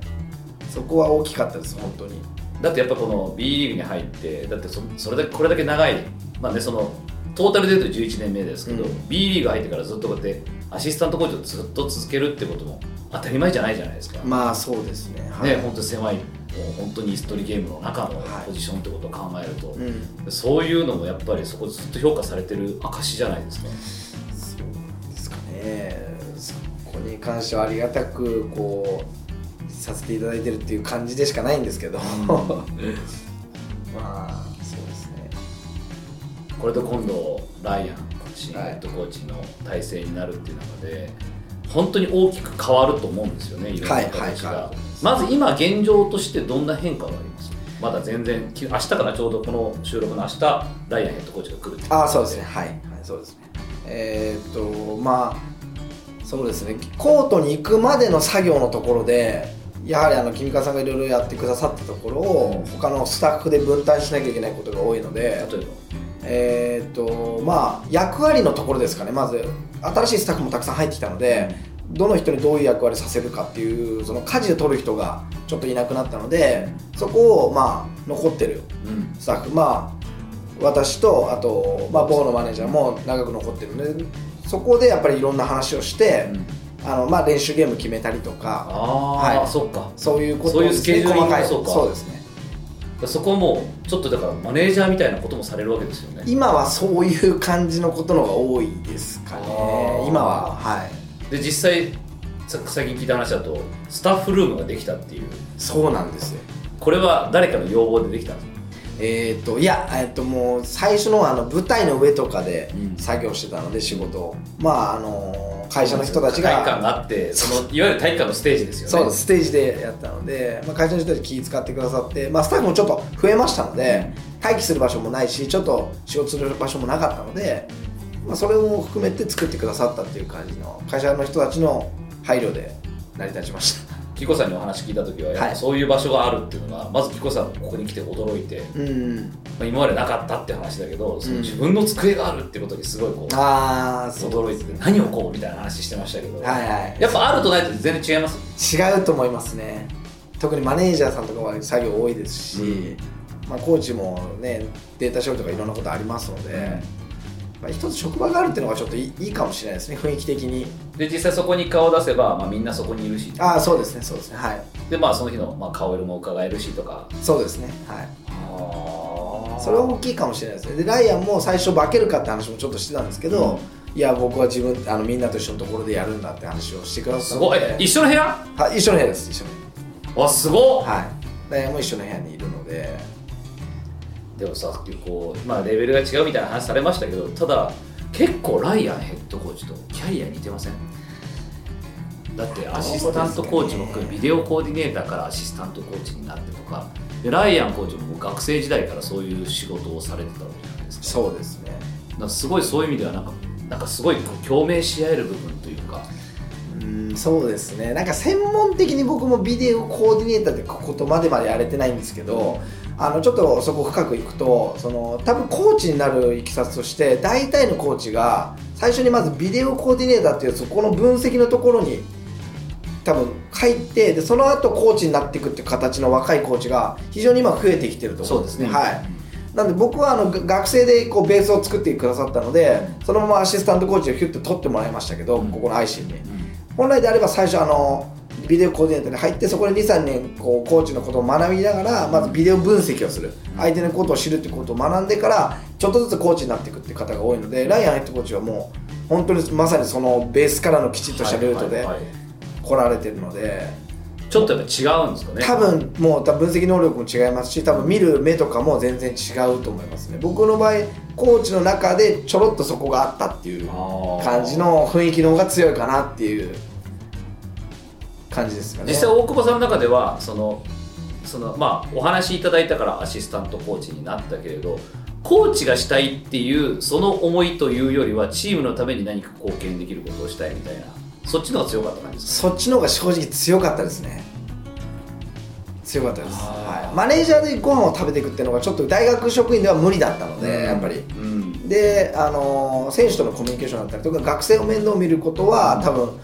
Speaker 2: そこは大きかったです本当に
Speaker 1: だってやっぱこの B リーグに入ってだってそそれだけこれだけ長いまあねそのトータルで言うと11年目ですけど、
Speaker 2: うん
Speaker 1: B リーグ入ってからずっとこうやってアシスタントコーチをずっと続けるってことも当たり前じゃないじゃないですか、
Speaker 2: まあそうですねはい
Speaker 1: ね本当に狭いもう本当に椅子取りゲームの中の
Speaker 2: はい
Speaker 1: ポジションってことを考えると、
Speaker 2: うん
Speaker 1: そういうのもやっぱりそこずっと評価されてる証じゃないですか
Speaker 2: そうなんですかねそこに関してはありがたくこうさせていただいてるっていう感じでしかないんですけど まあそうですね
Speaker 1: これと今度ライアン新
Speaker 2: はい
Speaker 1: ヘッドコーチの体制になるっていう中で、本当に大きく変わると思うんですよねいろんな形が、
Speaker 2: はいはいはい
Speaker 1: まず今現状としてどんな変化がありますまだ全然き明日からちょうどこの収録の明日ライアンヘッドコーチが来るって
Speaker 2: ああそうですねはい、はい、そうですねえーっとまあそうですねコートに行くまでの作業のところでやはりあの君川さんがいろいろやってくださったところを他のスタッフで分担しなきゃいけないことが多いので
Speaker 1: 例えば
Speaker 2: えーっとまあ役割のところですかねまず新しいスタッフもたくさん入ってきたのでどの人にどういう役割させるかっていうその舵を取る人がちょっといなくなったのでそこをまあ残ってる
Speaker 1: うん
Speaker 2: スタッフまあ私とあと、まあ、某のマネージャーも長く残ってるのでそこでやっぱりいろんな話をして、あのまあ、練習ゲーム決めたりと
Speaker 1: あ
Speaker 2: か
Speaker 1: あ、
Speaker 2: はい
Speaker 1: そっか
Speaker 2: そういうこと
Speaker 1: そういうスケジューリングも
Speaker 2: 細かい
Speaker 1: そうか
Speaker 2: そうですね
Speaker 1: そこはもうちょっとだからマネージャーみたいなこともされるわけですよね
Speaker 2: 今はそういう感じのことの方が多いですか
Speaker 1: あ
Speaker 2: ね
Speaker 1: ー
Speaker 2: 今ははい
Speaker 1: で実際さ最近聞いた話だとスタッフルームができたっていう
Speaker 2: そうなんですよ
Speaker 1: これは誰かの要望でできたんですか
Speaker 2: えっ、といやえっ、ともう最初のはあの舞台の上とかで
Speaker 1: うん
Speaker 2: 作業してたので仕事をまああの会社の人たちが
Speaker 1: 体育館があってそのいわゆる体育館のステージですよね
Speaker 2: そうですステージでやったので、まあ、会社の人たち気遣ってくださって、まあ、スタッフもちょっと増えましたので待機する場所もないしちょっと仕事する場所もなかったので、まあ、それも含めて作ってくださったっていう感じの会社の人たちの配慮で成り立ちました
Speaker 1: キコさんにお話聞いた時はやっ
Speaker 2: は
Speaker 1: ぱ
Speaker 2: い
Speaker 1: そういう場所があるっていうのが、まずキコさんここに来て驚いて、
Speaker 2: うん
Speaker 1: まあ、今までなかったって話だけどその
Speaker 2: うん
Speaker 1: 自分の机があるってことにすごいこう、
Speaker 2: ああそう
Speaker 1: 驚いてて何をこうみたいな話してましたけど、
Speaker 2: はいはい
Speaker 1: やっぱあるとないと全然違います
Speaker 2: 違うと思いますね特にマネージャーさんとかは作業多いですし、
Speaker 1: うん
Speaker 2: まあ、コーチもねデータ処理とかいろんなことありますので、まあ、一つ職場があるっていうのがちょっといいいいかもしれないですね雰囲気的に
Speaker 1: で実際そこに顔を出せば、まあ、みんなそこにいるし
Speaker 2: ああそうですねそうですねはい
Speaker 1: でまあその日の、まあ、顔色も伺えるしとか
Speaker 2: そうですねはいそ
Speaker 1: そ
Speaker 2: れは大きいかもしれないですねでライアンも最初化けるかって話もちょっとしてたんですけど、いや僕は自分あのみんなと一緒のところでやるんだって話をしてくださ
Speaker 1: す
Speaker 2: った
Speaker 1: ごい
Speaker 2: の
Speaker 1: え
Speaker 2: で
Speaker 1: 一緒の部屋
Speaker 2: はい一緒の部屋です一緒の部
Speaker 1: わすご
Speaker 2: 屋はいライアンも一緒の部屋にいるので
Speaker 1: いでもさこう、まあ、レベルが違うみたいな話されましたけどただ結構ライアンヘッドコーチとキャリア似てませんだってアシスタントコーチも含めビデオコーディネーターからアシスタントコーチになってとかでライアンコーチも学生時代からそういう仕事をされてたわけじゃないですか
Speaker 2: そうですね
Speaker 1: なんかすごいそういう意味ではなんかなんかすごいこう共鳴し合える部分というか
Speaker 2: うんそうですねなんか専門的に僕もビデオコーディネーターってことまでまでやれてないんですけどあのちょっとそこ深くいくとその多分コーチになるいきさつとして大体のコーチが最初にまずビデオコーディネーターっていうそこの分析のところに多分書いてでその後コーチになっていくっていう形の若いコーチが非常に今増えてきてると思うんですね。はい、なんで僕はあのが学生でこうベースを作ってくださったのでそのままアシスタントコーチをヒュッと取ってもらいましたけど、
Speaker 1: うん
Speaker 2: ここの IC に、本来であれば最初あのビデオコーディネーターに入ってそこで23年こうコーチのことを学びながらまずビデオ分析をする相手のことを知るってことを学んでからちょっとずつコーチになっていくって方が多いのでライアンヘッドコーチはもう本当にまさにそのベースからのきちっとしたルートで
Speaker 1: はいはいはい
Speaker 2: 来られてるので
Speaker 1: ちょっとやっぱ違うんですかね
Speaker 2: 多分もう多分分析能力も違いますし多分見る目とかも全然違うと思いますね僕の場合コーチの中でちょろっとそこがあったっていう
Speaker 1: あー
Speaker 2: 感じの雰囲気の方が強いかなっていう感じですかね
Speaker 1: 実際大久保さんの中ではそのそのまあお話いただいたからアシスタントコーチになったけれどコーチがしたいっていうその思いというよりはチームのために何か貢献できることをしたいみたいなそっちの方が強かった感じですか
Speaker 2: そっちの方が正直強かったですね強かったです、
Speaker 1: あー
Speaker 2: はい、マネージャーでご飯を食べていくっていうのがちょっと大学職員では無理だったので、やっぱり
Speaker 1: うん
Speaker 2: で、あのー選手とのコミュニケーションだったりとか学生を面倒見ることは多分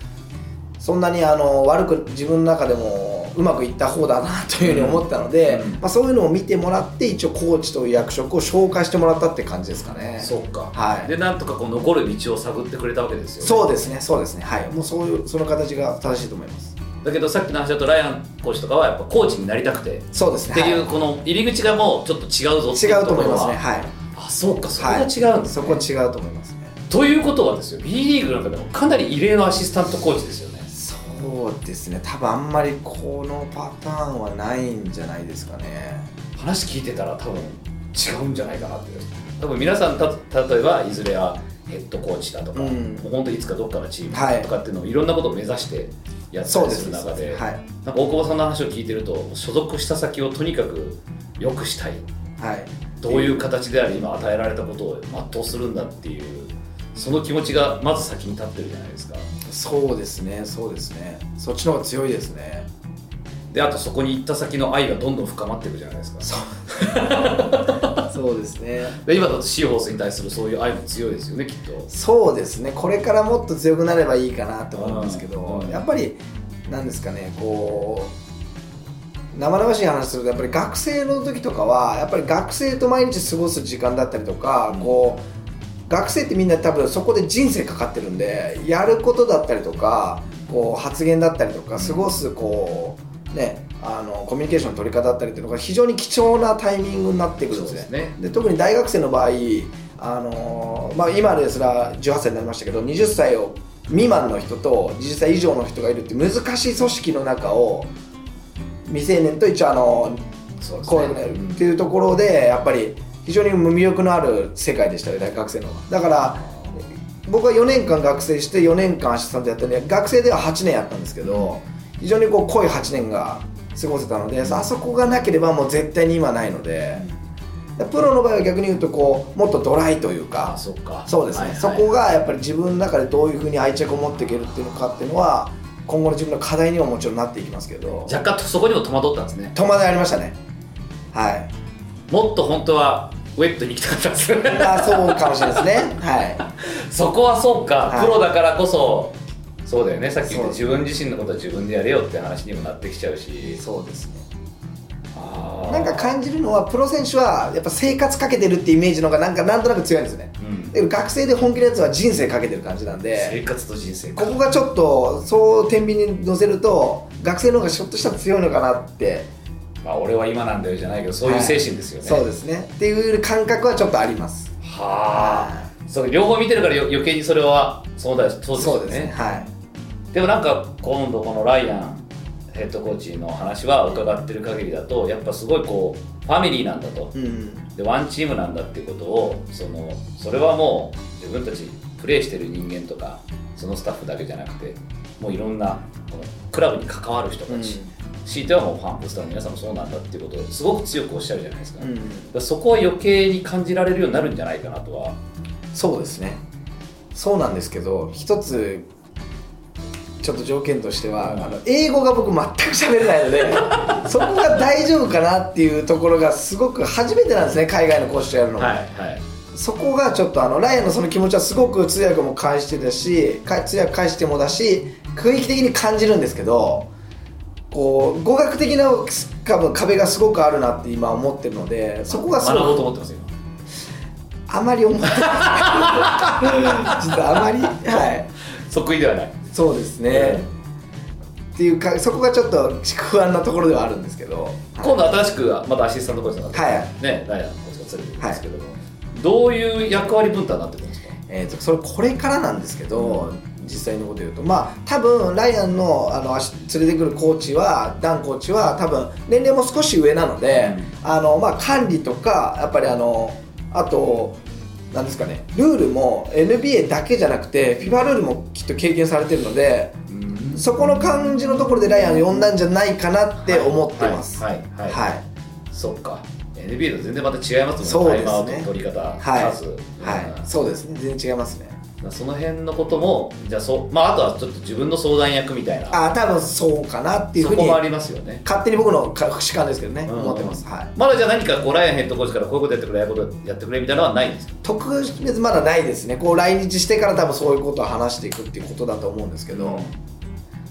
Speaker 2: そんなに、あのー悪く自分の中でもうまくいった方だなというふうに思ったので、
Speaker 1: うん
Speaker 2: まあ、そういうのを見てもらって一応コーチという役職を紹介してもらったって感じですかね
Speaker 1: そっか、
Speaker 2: はい
Speaker 1: でなんとかこう残る道を探ってくれたわけですよね
Speaker 2: そうですねそうですねはいもうそういうその形が正しいと思います
Speaker 1: だけどさっきの話だとライアンコーチとかはやっぱコーチになりたくてっ
Speaker 2: そうですね
Speaker 1: ていう
Speaker 2: は
Speaker 1: この入り口がもうちょっと違うぞっ
Speaker 2: い
Speaker 1: て
Speaker 2: 違
Speaker 1: いう
Speaker 2: と思い
Speaker 1: ころ
Speaker 2: ます
Speaker 1: は
Speaker 2: ねはい
Speaker 1: あそうかそこが違うんですね、
Speaker 2: そこ違うと思いますね
Speaker 1: ということはですよ B リーグの中でもかなり異例のアシスタントコーチですよね
Speaker 2: そうですね多分あんまりこのパターンはないんじゃないですかね
Speaker 1: 話聞いてたら多分違うんじゃないかなって多分皆さんた例えばいずれはヘッドコーチだとか、
Speaker 2: うん
Speaker 1: もう本当にいつかどっかのチーム
Speaker 2: はい
Speaker 1: とかっていうのをいろんなことを目指してやった
Speaker 2: そう
Speaker 1: り
Speaker 2: ですす
Speaker 1: る中で
Speaker 2: はい
Speaker 1: なんか大久保さんの話を聞いてると所属した先をとにかく良くしたい
Speaker 2: はい
Speaker 1: どういう形であり今与えられたことを全うするんだっていうその気持ちがまず先に立ってるじゃないですか
Speaker 2: そうですねそうですねそっちの方が強いですね
Speaker 1: であとそこに行った先の愛がどんどん深まっていくじゃないですか
Speaker 2: そうそうですね
Speaker 1: で今だとシーホースに対するそういう愛も強いですよねきっと
Speaker 2: そうですねこれからもっと強くなればいいかなと思うんですけど、
Speaker 1: うん
Speaker 2: やっぱりなんですかねこう生々しい話するとやっぱり学生の時とかはやっぱり学生と毎日過ごす時間だったりとか、
Speaker 1: うん
Speaker 2: こう学生ってみんな多分そこで人生かかってるんでやることだったりとかこう発言だったりとか過ごすこうねあのコミュニケーションの取り方だったりっていうのが非常に貴重なタイミングになってくるんですね。
Speaker 1: ね
Speaker 2: で特に大学生の場合、あのーまあ、今ですら18歳になりましたけど20歳を未満の人と20歳以上の人がいるって難しい組織の中を未成年と一応あの
Speaker 1: そうです
Speaker 2: こう
Speaker 1: ね
Speaker 2: いうっていうところでやっぱり非常に魅力のある世界でしたよ大学生の方がだから僕は4年間学生して4年間アシスタントやったんで学生では8年やったんですけど非常にこう濃い8年が過ごせたのであそこがなければもう絶対に今ないので。でプロの場合は逆に言うとこうもっとドライという
Speaker 1: あ
Speaker 2: か
Speaker 1: そっか
Speaker 2: そうですね、
Speaker 1: はいはい
Speaker 2: そこがやっぱり自分の中でどういうふうに愛着を持っていけるっていうのかっていうのは今後の自分の課題にももちろんなっていきますけど
Speaker 1: 若干そこにも戸惑ったんですね
Speaker 2: 戸惑いありましたねはい
Speaker 1: もっと本当はウェットに行きたかったんです ね
Speaker 2: まあそうかもしれないですねは
Speaker 1: そこはそうか、
Speaker 2: はい
Speaker 1: プロだからこそそうだよねさっき言った
Speaker 2: そ
Speaker 1: 自
Speaker 2: う
Speaker 1: 分自身のことは自分でやれよって話にもなってきちゃうし
Speaker 2: いそうですね
Speaker 1: あー
Speaker 2: なんか感じるのはプロ選手はやっぱ生活かけてるってイメージの方がなんかなんとなく強いんですね
Speaker 1: うん
Speaker 2: で学生で本気のやつは人生かけてる感じなん
Speaker 1: 生
Speaker 2: で
Speaker 1: 活と人生
Speaker 2: ここがちょっとそう天秤に乗せると学生の方がちょっとしたら強いのかなって
Speaker 1: まあ、俺は今なんだよじゃないけどそういう精神ですよね、
Speaker 2: そうですねっていう感覚はちょっとあります
Speaker 1: はあそれ両方見てるからよ余計にそれはそうだそうですよねで
Speaker 2: はい
Speaker 1: もなんか今度このライアンヘッドコーチの話は伺ってる限りだとやっぱすごいこうファミリーなんだと
Speaker 2: うん
Speaker 1: でワンチームなんだっていうことをそのそれはもう自分たちプレーしてる人間とかそのスタッフだけじゃなくてもういろんなこのクラブに関わる人たち、強いてはもうファンポスターの皆さんもそうなんだっていうことをすごく強くおっしゃるじゃないですか,、
Speaker 2: うん
Speaker 1: そこは余計に感じられるようになるんじゃないかなとは
Speaker 2: そうですねそうなんですけど一つちょっと条件としては、
Speaker 1: うん
Speaker 2: あの英語が僕全く喋れない のでそこが大丈夫かなっていうところがすごく初めてなんですね海外の講師とやるのが、
Speaker 1: いはい
Speaker 2: そこがちょっとあのライアンのその気持ちはすごく通訳も返してたしか通訳返してもだし雰囲気的に感じるんですけどこう語学的な多分壁がすごくあるなって今思ってるのでそこがす
Speaker 1: 学ぼうと
Speaker 2: ごく
Speaker 1: 思ってますよ
Speaker 2: あまり思って ない実はあまりはい
Speaker 1: 即位ではない
Speaker 2: そうですね、っていうかそこがちょっと不安なところではあるんですけど
Speaker 1: 今度新しくまたアシスタントコーチの方、
Speaker 2: はい
Speaker 1: ねダイヤのコーチが連れてくるんですけども、どういう役割分担になってくるんですか
Speaker 2: えー、とそれこれからなんですけど、実際のこと言うとまあ多分ライアンのあの足連れてくるコーチはダンコーチは多分年齢も少し上なので、あのまあ、管理とかやっぱりあのあとなんですかねルールも NBA だけじゃなくて FIFA ルールもきっと経験されてるのでそこの感じのところでライアンを呼んだんじゃないかなって思ってます。
Speaker 1: はいはい、はい
Speaker 2: はい
Speaker 1: そっか NBA と全然また違いますも
Speaker 2: そ
Speaker 1: ん
Speaker 2: う
Speaker 1: ね
Speaker 2: で
Speaker 1: タイムア
Speaker 2: すね
Speaker 1: ウトの取り方、
Speaker 2: はい
Speaker 1: 数、
Speaker 2: はい、そうですね全然違いますね
Speaker 1: うんその辺のこともじゃあそうまああとはちょっと自分の相談役みたいな
Speaker 2: ああ多分そうかなっていう
Speaker 1: そ
Speaker 2: ふう
Speaker 1: こ
Speaker 2: に
Speaker 1: もありますよね
Speaker 2: 勝手に僕のか主観ですけどね、
Speaker 1: うん
Speaker 2: 思ってます、はい、
Speaker 1: まだじゃあ何かこうライアンヘッドコーチからこういうことやってくれああいうことやってくれみたいなのはないんですか
Speaker 2: 特別まだないですねこう来日してから多分そういうことを話していくっていうことだと思うんですけど、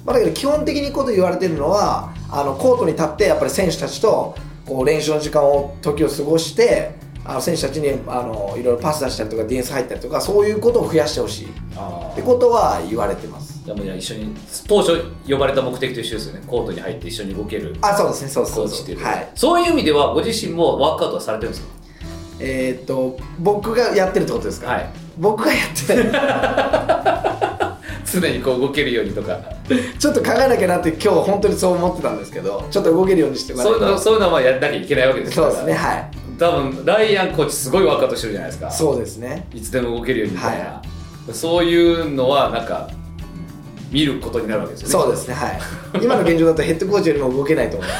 Speaker 2: まあ、だけど基本的にこと言われてるのはあのコートに立ってやっぱり選手たちとこう練習の時間を時を過ごしてあの選手たちにあのいろいろパス出したりとかディフェンス入ったりとかそういうことを増やしてほしいっ
Speaker 1: あ
Speaker 2: てことは言われてます
Speaker 1: じゃあもうじゃあ一緒に当初呼ばれた目的と一緒ですよねコートに入って一緒に動ける
Speaker 2: あそうですねそうです
Speaker 1: コ
Speaker 2: そ
Speaker 1: ー
Speaker 2: う
Speaker 1: チって
Speaker 2: で
Speaker 1: いう
Speaker 2: す
Speaker 1: のは
Speaker 2: はい
Speaker 1: そういう意味ではご自身もワークアウトはされてるんです
Speaker 2: えーっと僕がやってるってことです
Speaker 1: か
Speaker 2: か、
Speaker 1: はい
Speaker 2: 僕がやってない
Speaker 1: 常にこう動けるようにとか
Speaker 2: ちょっと考えなきゃなって今日本当にそう思ってたんですけどちょっと動けるようにしてもら
Speaker 1: そういうのそういうのはまあやらなきゃいけないわけですか
Speaker 2: そう
Speaker 1: ら
Speaker 2: ですねはい
Speaker 1: 多分ライアンコーチすごいワークアウトしてるじゃないですか
Speaker 2: そうですね
Speaker 1: いつでも動けるようにみたいな、そういうのはなんか見ることになるわけですよね
Speaker 2: そうですねはい今の現状だとヘッドコーチよりも動けないと思いま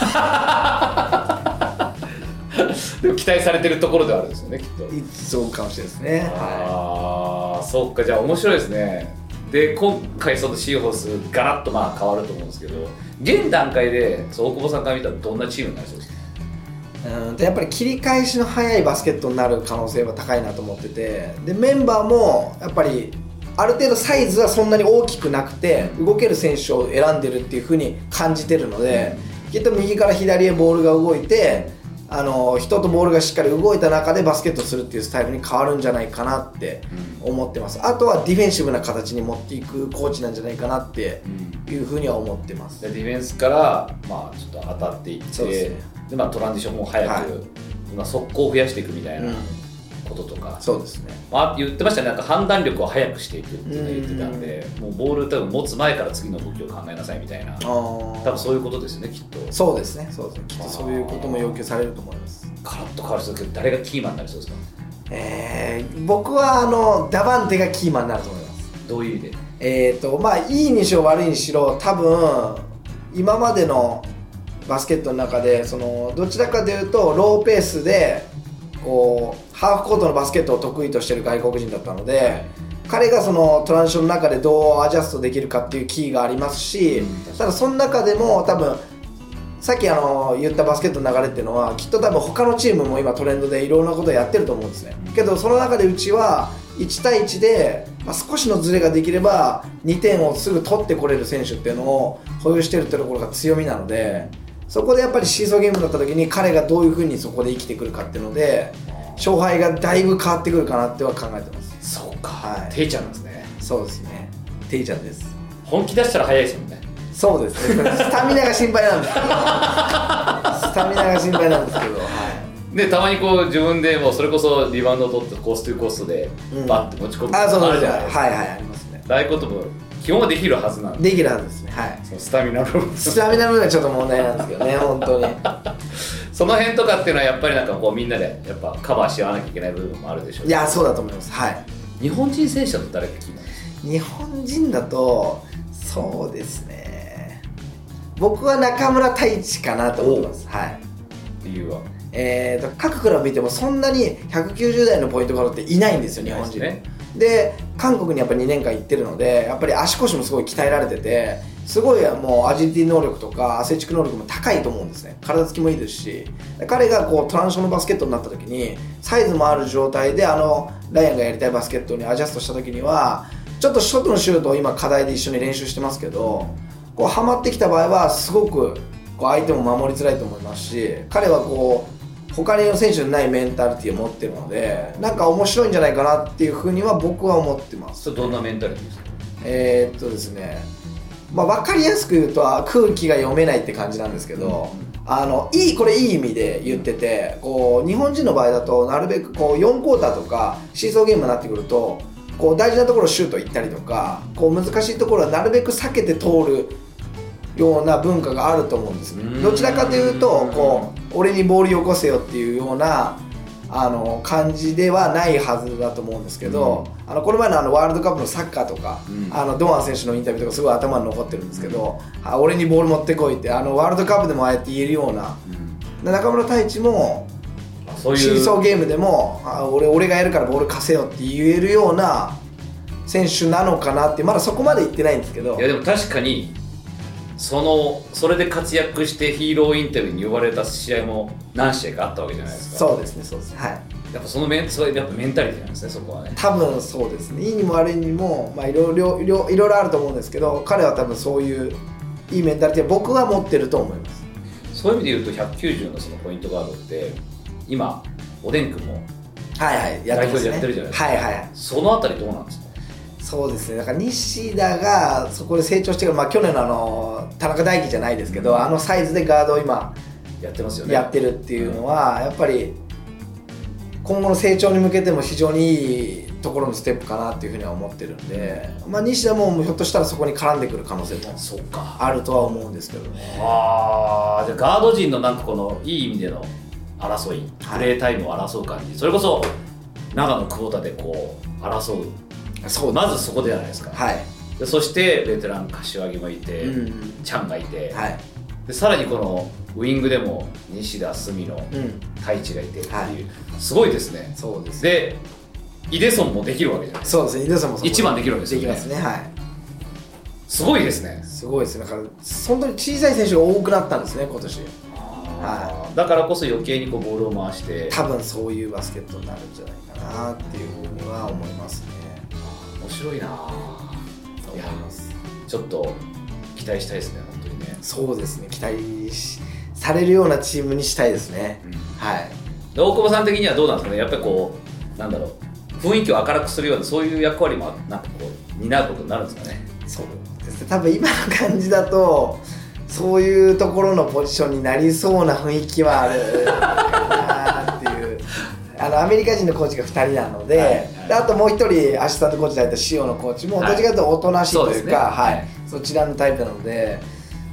Speaker 2: す
Speaker 1: でも期待されてるところではあるんですよねきっと
Speaker 2: そうかもしれないですねは
Speaker 1: ああそっかじゃあ面白いですねで今回そのシーホースガラッとまあ変わると思うんですけど現段階でそう大久保さんから見たらどんなチームになりそうですか
Speaker 2: うんでやっぱり切り返しの早いバスケットになる可能性は高いなと思っててでメンバーもやっぱりある程度サイズはそんなに大きくなくて動ける選手を選んでるっていう風に感じてるのできっと右から左へボールが動いてあの人とボールがしっかり動いた中でバスケットするっていうスタイルに変わるんじゃないかなって思ってますあとはディフェンシブな形に持っていくコーチなんじゃないかなっていう風には思ってます
Speaker 1: でディフェンスから、まあ、ちょっと当たっていって
Speaker 2: そうです
Speaker 1: で、
Speaker 2: ね
Speaker 1: まあ、トランジションも早く、
Speaker 2: はい
Speaker 1: 今速攻を増やしていくみたいな
Speaker 2: うん
Speaker 1: こととか、
Speaker 2: そうですね
Speaker 1: まあ、言ってましたねなんか判断力を早くしていくっていうのを言ってたんで、もうボール多分持つ前から次の動きを考えなさいみたいな
Speaker 2: あ
Speaker 1: 多
Speaker 2: ー
Speaker 1: 分そういうことですよねきっと
Speaker 2: そうですね、そうですね、きっとそういうことも要求されると思います。
Speaker 1: カラッと変わる人だけど誰がキーマンになりそうですか
Speaker 2: えー僕はあのダバンテがキーマンになると思います。
Speaker 1: どういう意味で
Speaker 2: えっ、と、まあ、いいにしろ悪いにしろ、多分今までのバスケットの中で、そのどちらかというと、ローペースでこうハーフコートのバスケットを得意としてる外国人だったので、彼がそのトランジションの中でどうアジャストできるかっていうキーがありますし、ただその中でも多分さっきあの言ったバスケットの流れっていうのはきっと多分他のチームも今トレンドでいろんなことをやってると思うんですねけどその中でうちは1対1で、まあ、少しのズレができれば2点をすぐ取ってこれる選手っていうのを保有してるってところが強みなのでそこでやっぱりシーソーゲームだった時に彼がどういうふうにそこで生きてくるかっていうので勝敗がだいぶ変わってくるかなっては考えてます
Speaker 1: そうか、
Speaker 2: はい
Speaker 1: ていちゃんなんですね
Speaker 2: そうですねていちゃんです
Speaker 1: 本気出したら早いですもんね
Speaker 2: そうですね。スタミナが心配なんですけど。スタミナが心配なんですけど。はい
Speaker 1: でたまにこう自分でもうそれこそリバウンドを取ってコースというコーストで
Speaker 2: うん
Speaker 1: バッて持ち込む、
Speaker 2: あ、そう
Speaker 1: あ
Speaker 2: そ
Speaker 1: る
Speaker 2: う
Speaker 1: じ
Speaker 2: そう。
Speaker 1: ゃ
Speaker 2: は
Speaker 1: ない
Speaker 2: い
Speaker 1: ですか
Speaker 2: はいありますね。
Speaker 1: ああいうことも基本はできるはずなんで
Speaker 2: できるはずですね。はい。
Speaker 1: そのスタミナの部分
Speaker 2: スタミナの上がちょっと問題なんですけどね、本当に。
Speaker 1: その辺とかっていうのはやっぱりなんかこうみんなでやっぱカバーし合わなきゃいけない部分もあるでしょう
Speaker 2: いや、そうだと思います。はい。
Speaker 1: 日本人選手だと誰がキーマンですか
Speaker 2: 日本人だと、そうですね。僕は中村太一かなと思ってます。はい。
Speaker 1: 理由は
Speaker 2: えー、と各クラブ見てもそんなに190台のポイントガードっていないんですよ日本人
Speaker 1: いないです
Speaker 2: で韓国にやっぱ2年間行ってるのでやっぱり足腰もすごい鍛えられててすごいもうアジリティ能力とかアスレチック能力も高いと思うんですね体つきもいいですし彼がこうトランションのバスケットになった時にサイズもある状態であのライアンがやりたいバスケットにアジャストした時にはちょっとショットのシュートを今課題で一緒に練習してますけどこうハマってきた場合はすごくこう相手も守りづらいと思いますし彼はこう他の選手にないメンタリティを持ってるのでなんか面白いんじゃないかなっていうふうには僕は思ってます
Speaker 1: それどんなメンタリティですか
Speaker 2: えー、っとですね、まあ、分かりやすく言うとあ空気が読めないって感じなんですけど、あのいいこれいい意味で言っててこう日本人の場合だとなるべくこう4クォーターとかシーソーゲームになってくるとこう大事なところシュート行ったりとかこう難しいところはなるべく避けて通るような文化があると思うんです
Speaker 1: う
Speaker 2: ね
Speaker 1: ん
Speaker 2: どちらかというとこう俺にボールよこせよっていうようなあの感じではないはずだと思うんですけど、あのこの前のあのワールドカップのサッカーとか、
Speaker 1: うん
Speaker 2: あの堂安選手のインタビューとかすごい頭に残ってるんですけど、あ俺にボール持ってこいってあのワールドカップでもああやって言えるようなで中村太一も
Speaker 1: あそう
Speaker 2: シー
Speaker 1: いう
Speaker 2: ソーゲームでもあ俺俺がやるからボール貸せよって言えるような選手なのかなってまだそこまで言ってないんですけど
Speaker 1: いやでも確かにそのそれで活躍してヒーローインタビューに呼ばれた試合も何試合かあったわけじゃないですか
Speaker 2: そうですねそうですねはい
Speaker 1: やっぱそのメンそれやっぱメンタリティなんですねそこはね
Speaker 2: 多分そうですねいいにも悪いにも、まあ、いろいろいろいろいろあると思うんですけど彼は多分そういういいメンタリティは僕は持ってると思います
Speaker 1: そういう意味で言うと190のそのポイントガードって今おでんくんも
Speaker 2: はいはいやってます
Speaker 1: 代表で
Speaker 2: ね
Speaker 1: やってるじゃないですか
Speaker 2: はいはいはい
Speaker 1: そのあたりどうなんですか
Speaker 2: そうですねだから西田がそこで成長してから、まあ、去年のあの田中大輝じゃないですけど、あのサイズでガードを今
Speaker 1: やってますよね
Speaker 2: やってるっていうのは、やっぱり今後の成長に向けても非常にいいところのステップかなっていうふうには思ってるんで、まあ、西田もひょっとしたらそこに絡んでくる可能性も
Speaker 1: そうか
Speaker 2: あるとは思うんですけどね
Speaker 1: あーじゃあガード陣のなんかこのいい意味での争い
Speaker 2: はい
Speaker 1: プレータイムを争う感じ、それこそ長野久保田でこう争
Speaker 2: そうう
Speaker 1: まずそこじゃないですか、
Speaker 2: はい
Speaker 1: でそしてベテラン柏木もいて、
Speaker 2: うんうん
Speaker 1: ちゃんがいて、
Speaker 2: はい。
Speaker 1: でさらにこのウイングでも西田、隅野、
Speaker 2: うん。
Speaker 1: 太一がいてっていう、
Speaker 2: はい
Speaker 1: すごいですね
Speaker 2: そうですね。
Speaker 1: でイデソンもできるわけじゃない
Speaker 2: そうですね、井田さんもそう
Speaker 1: 一番できるわけですよね
Speaker 2: できますね、はい。
Speaker 1: すごいですね
Speaker 2: すごいですね、だから、本当に小さい選手が多くなったんですね、今年。
Speaker 1: はいだからこそ余計にこうボールを回して
Speaker 2: 多分そういうバスケットになるんじゃないかなっていうふうには思いますね。
Speaker 1: 面白いなあ
Speaker 2: と
Speaker 1: い
Speaker 2: 思い
Speaker 1: や
Speaker 2: ます。
Speaker 1: ちょっと期待したいですね本当にね、
Speaker 2: そうですね、期待しされるようなチームにしたいですね。はい。
Speaker 1: で大久保さん的にはどうなんですかねやっぱりこうなんだろう雰囲気を明るくするようなそういう役割もなんかこう担うことになるんですかね
Speaker 2: そうですね多分今の感じだとそういうところのポジションになりそうな雰囲気はあるかなっていうあのアメリカ人のコーチが2人なので,、
Speaker 1: はいはい
Speaker 2: であともう1人アシスタントコーチであった塩のコーチも、
Speaker 1: はい
Speaker 2: どっちかというとおとなしい
Speaker 1: そ
Speaker 2: というか
Speaker 1: うですね
Speaker 2: はい
Speaker 1: はい
Speaker 2: そちらのタイプなので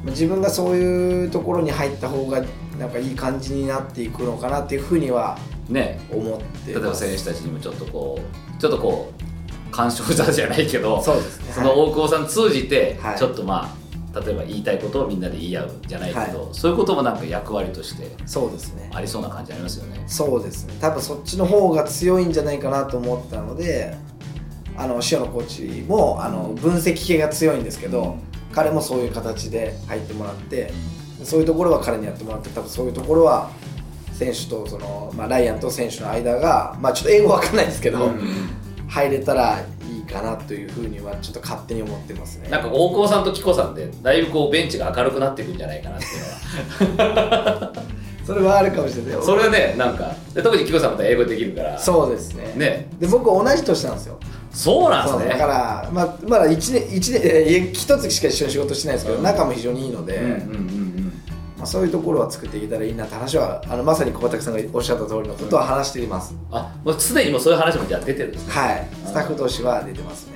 Speaker 2: まあ自分がそういうところに入った方がなんかいい感じになっていくのかなっていうふうには
Speaker 1: ね
Speaker 2: 思って
Speaker 1: 例えば
Speaker 2: ます
Speaker 1: 選手たちにもちょっとこうちょっとこう干渉者じゃないけど
Speaker 2: そうですね
Speaker 1: その大久保さん通じて、
Speaker 2: はい
Speaker 1: ちょっとまあ例えば言いたいことをみんなで言い合うじゃないけど、そういうこともなんか役割として
Speaker 2: そうですね
Speaker 1: ありそうな感じありますよね。
Speaker 2: そうですね多分そっちの方が強いんじゃないかなと思ったのであの塩野コーチもあの分析系が強いんですけど、彼もそういう形で入ってもらってそういうところは彼にやってもらって多分そういうところは選手とその、まあ、ライアンと選手の間が、まあ、ちょっと英語わかんないですけど、入れたらいいかなというふうにはちょっと勝手に思ってますね
Speaker 1: なんか大久保さんと紀子さんでだいぶこうベンチが明るくなっていくんじゃないかなっていうのは
Speaker 2: それはあるかもしれない
Speaker 1: それはねなんかで特に紀子さんまた英語できるから
Speaker 2: そうですね
Speaker 1: ね
Speaker 2: で僕同じ年なんですよ
Speaker 1: そうな
Speaker 2: そ
Speaker 1: ん
Speaker 2: う
Speaker 1: で
Speaker 2: だ
Speaker 1: す
Speaker 2: か
Speaker 1: ね
Speaker 2: ら、まあ、まだ一年一年えー一つしか一緒に仕事してないですけど、
Speaker 1: うん
Speaker 2: 仲も非常にいいので、
Speaker 1: うんうんうん
Speaker 2: まあ、そういうところは作っていけたらいいなって話はあのまさに小畑さんがおっしゃった通りのことは話しています、
Speaker 1: あもうすでにもうそういう話もじゃあ出てるんですね
Speaker 2: はいスタッフ同士は出てますね、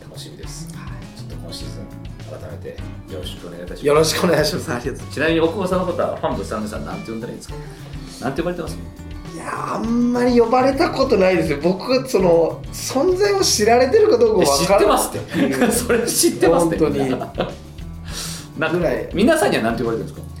Speaker 1: 楽しみです
Speaker 2: は
Speaker 1: ちょっと今シーズン改めてよろしくお願いいたしま
Speaker 2: い、
Speaker 1: す
Speaker 2: よろしくお願いしますありがとうございま
Speaker 1: ちなみに大久保さんのことはファンとスタンドさんなんて呼んだらいいですかなんて呼ばれてます
Speaker 2: すいやーあんまり呼ばれたことないですよ僕はその存在を知られてるかどうか
Speaker 1: 知
Speaker 2: 分
Speaker 1: っ
Speaker 2: か
Speaker 1: てま
Speaker 2: ら
Speaker 1: すっ て それ知ってますって
Speaker 2: 本当 に
Speaker 1: な
Speaker 2: ぐらい
Speaker 1: 皆さんにはなんて呼ばれてるんですか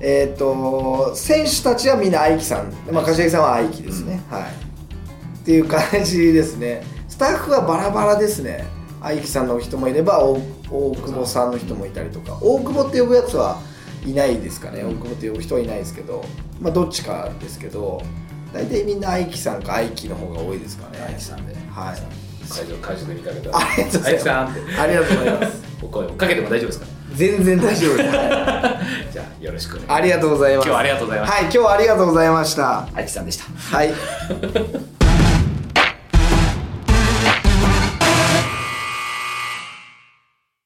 Speaker 2: えっ、と選手たちはみんな愛希さん、まあ、柏木さんは愛希ですね、はいっていう感じですねスタッフはバラバラですね愛希さんの人もいれば大大久保さんの人もいたりとか大久保って呼ぶやつはいないですかね大久保って呼ぶ人はいないですけどまあどっちかですけど大体みんな愛希さんか愛希の方が多いですかね
Speaker 1: 愛知さんで
Speaker 2: はい
Speaker 1: 会場会場で見かけたら
Speaker 2: ありがとうござい
Speaker 1: 愛知
Speaker 2: ます
Speaker 1: さんって
Speaker 2: ありがとうございます
Speaker 1: お声をかけても大丈夫ですか
Speaker 2: 全然大丈夫 です、はい
Speaker 1: じゃあよろしくお願いします
Speaker 2: ありがとうございます
Speaker 1: 今日はありがとうございました
Speaker 2: はい今日はありがとうございました
Speaker 1: 愛知さんでした
Speaker 2: はい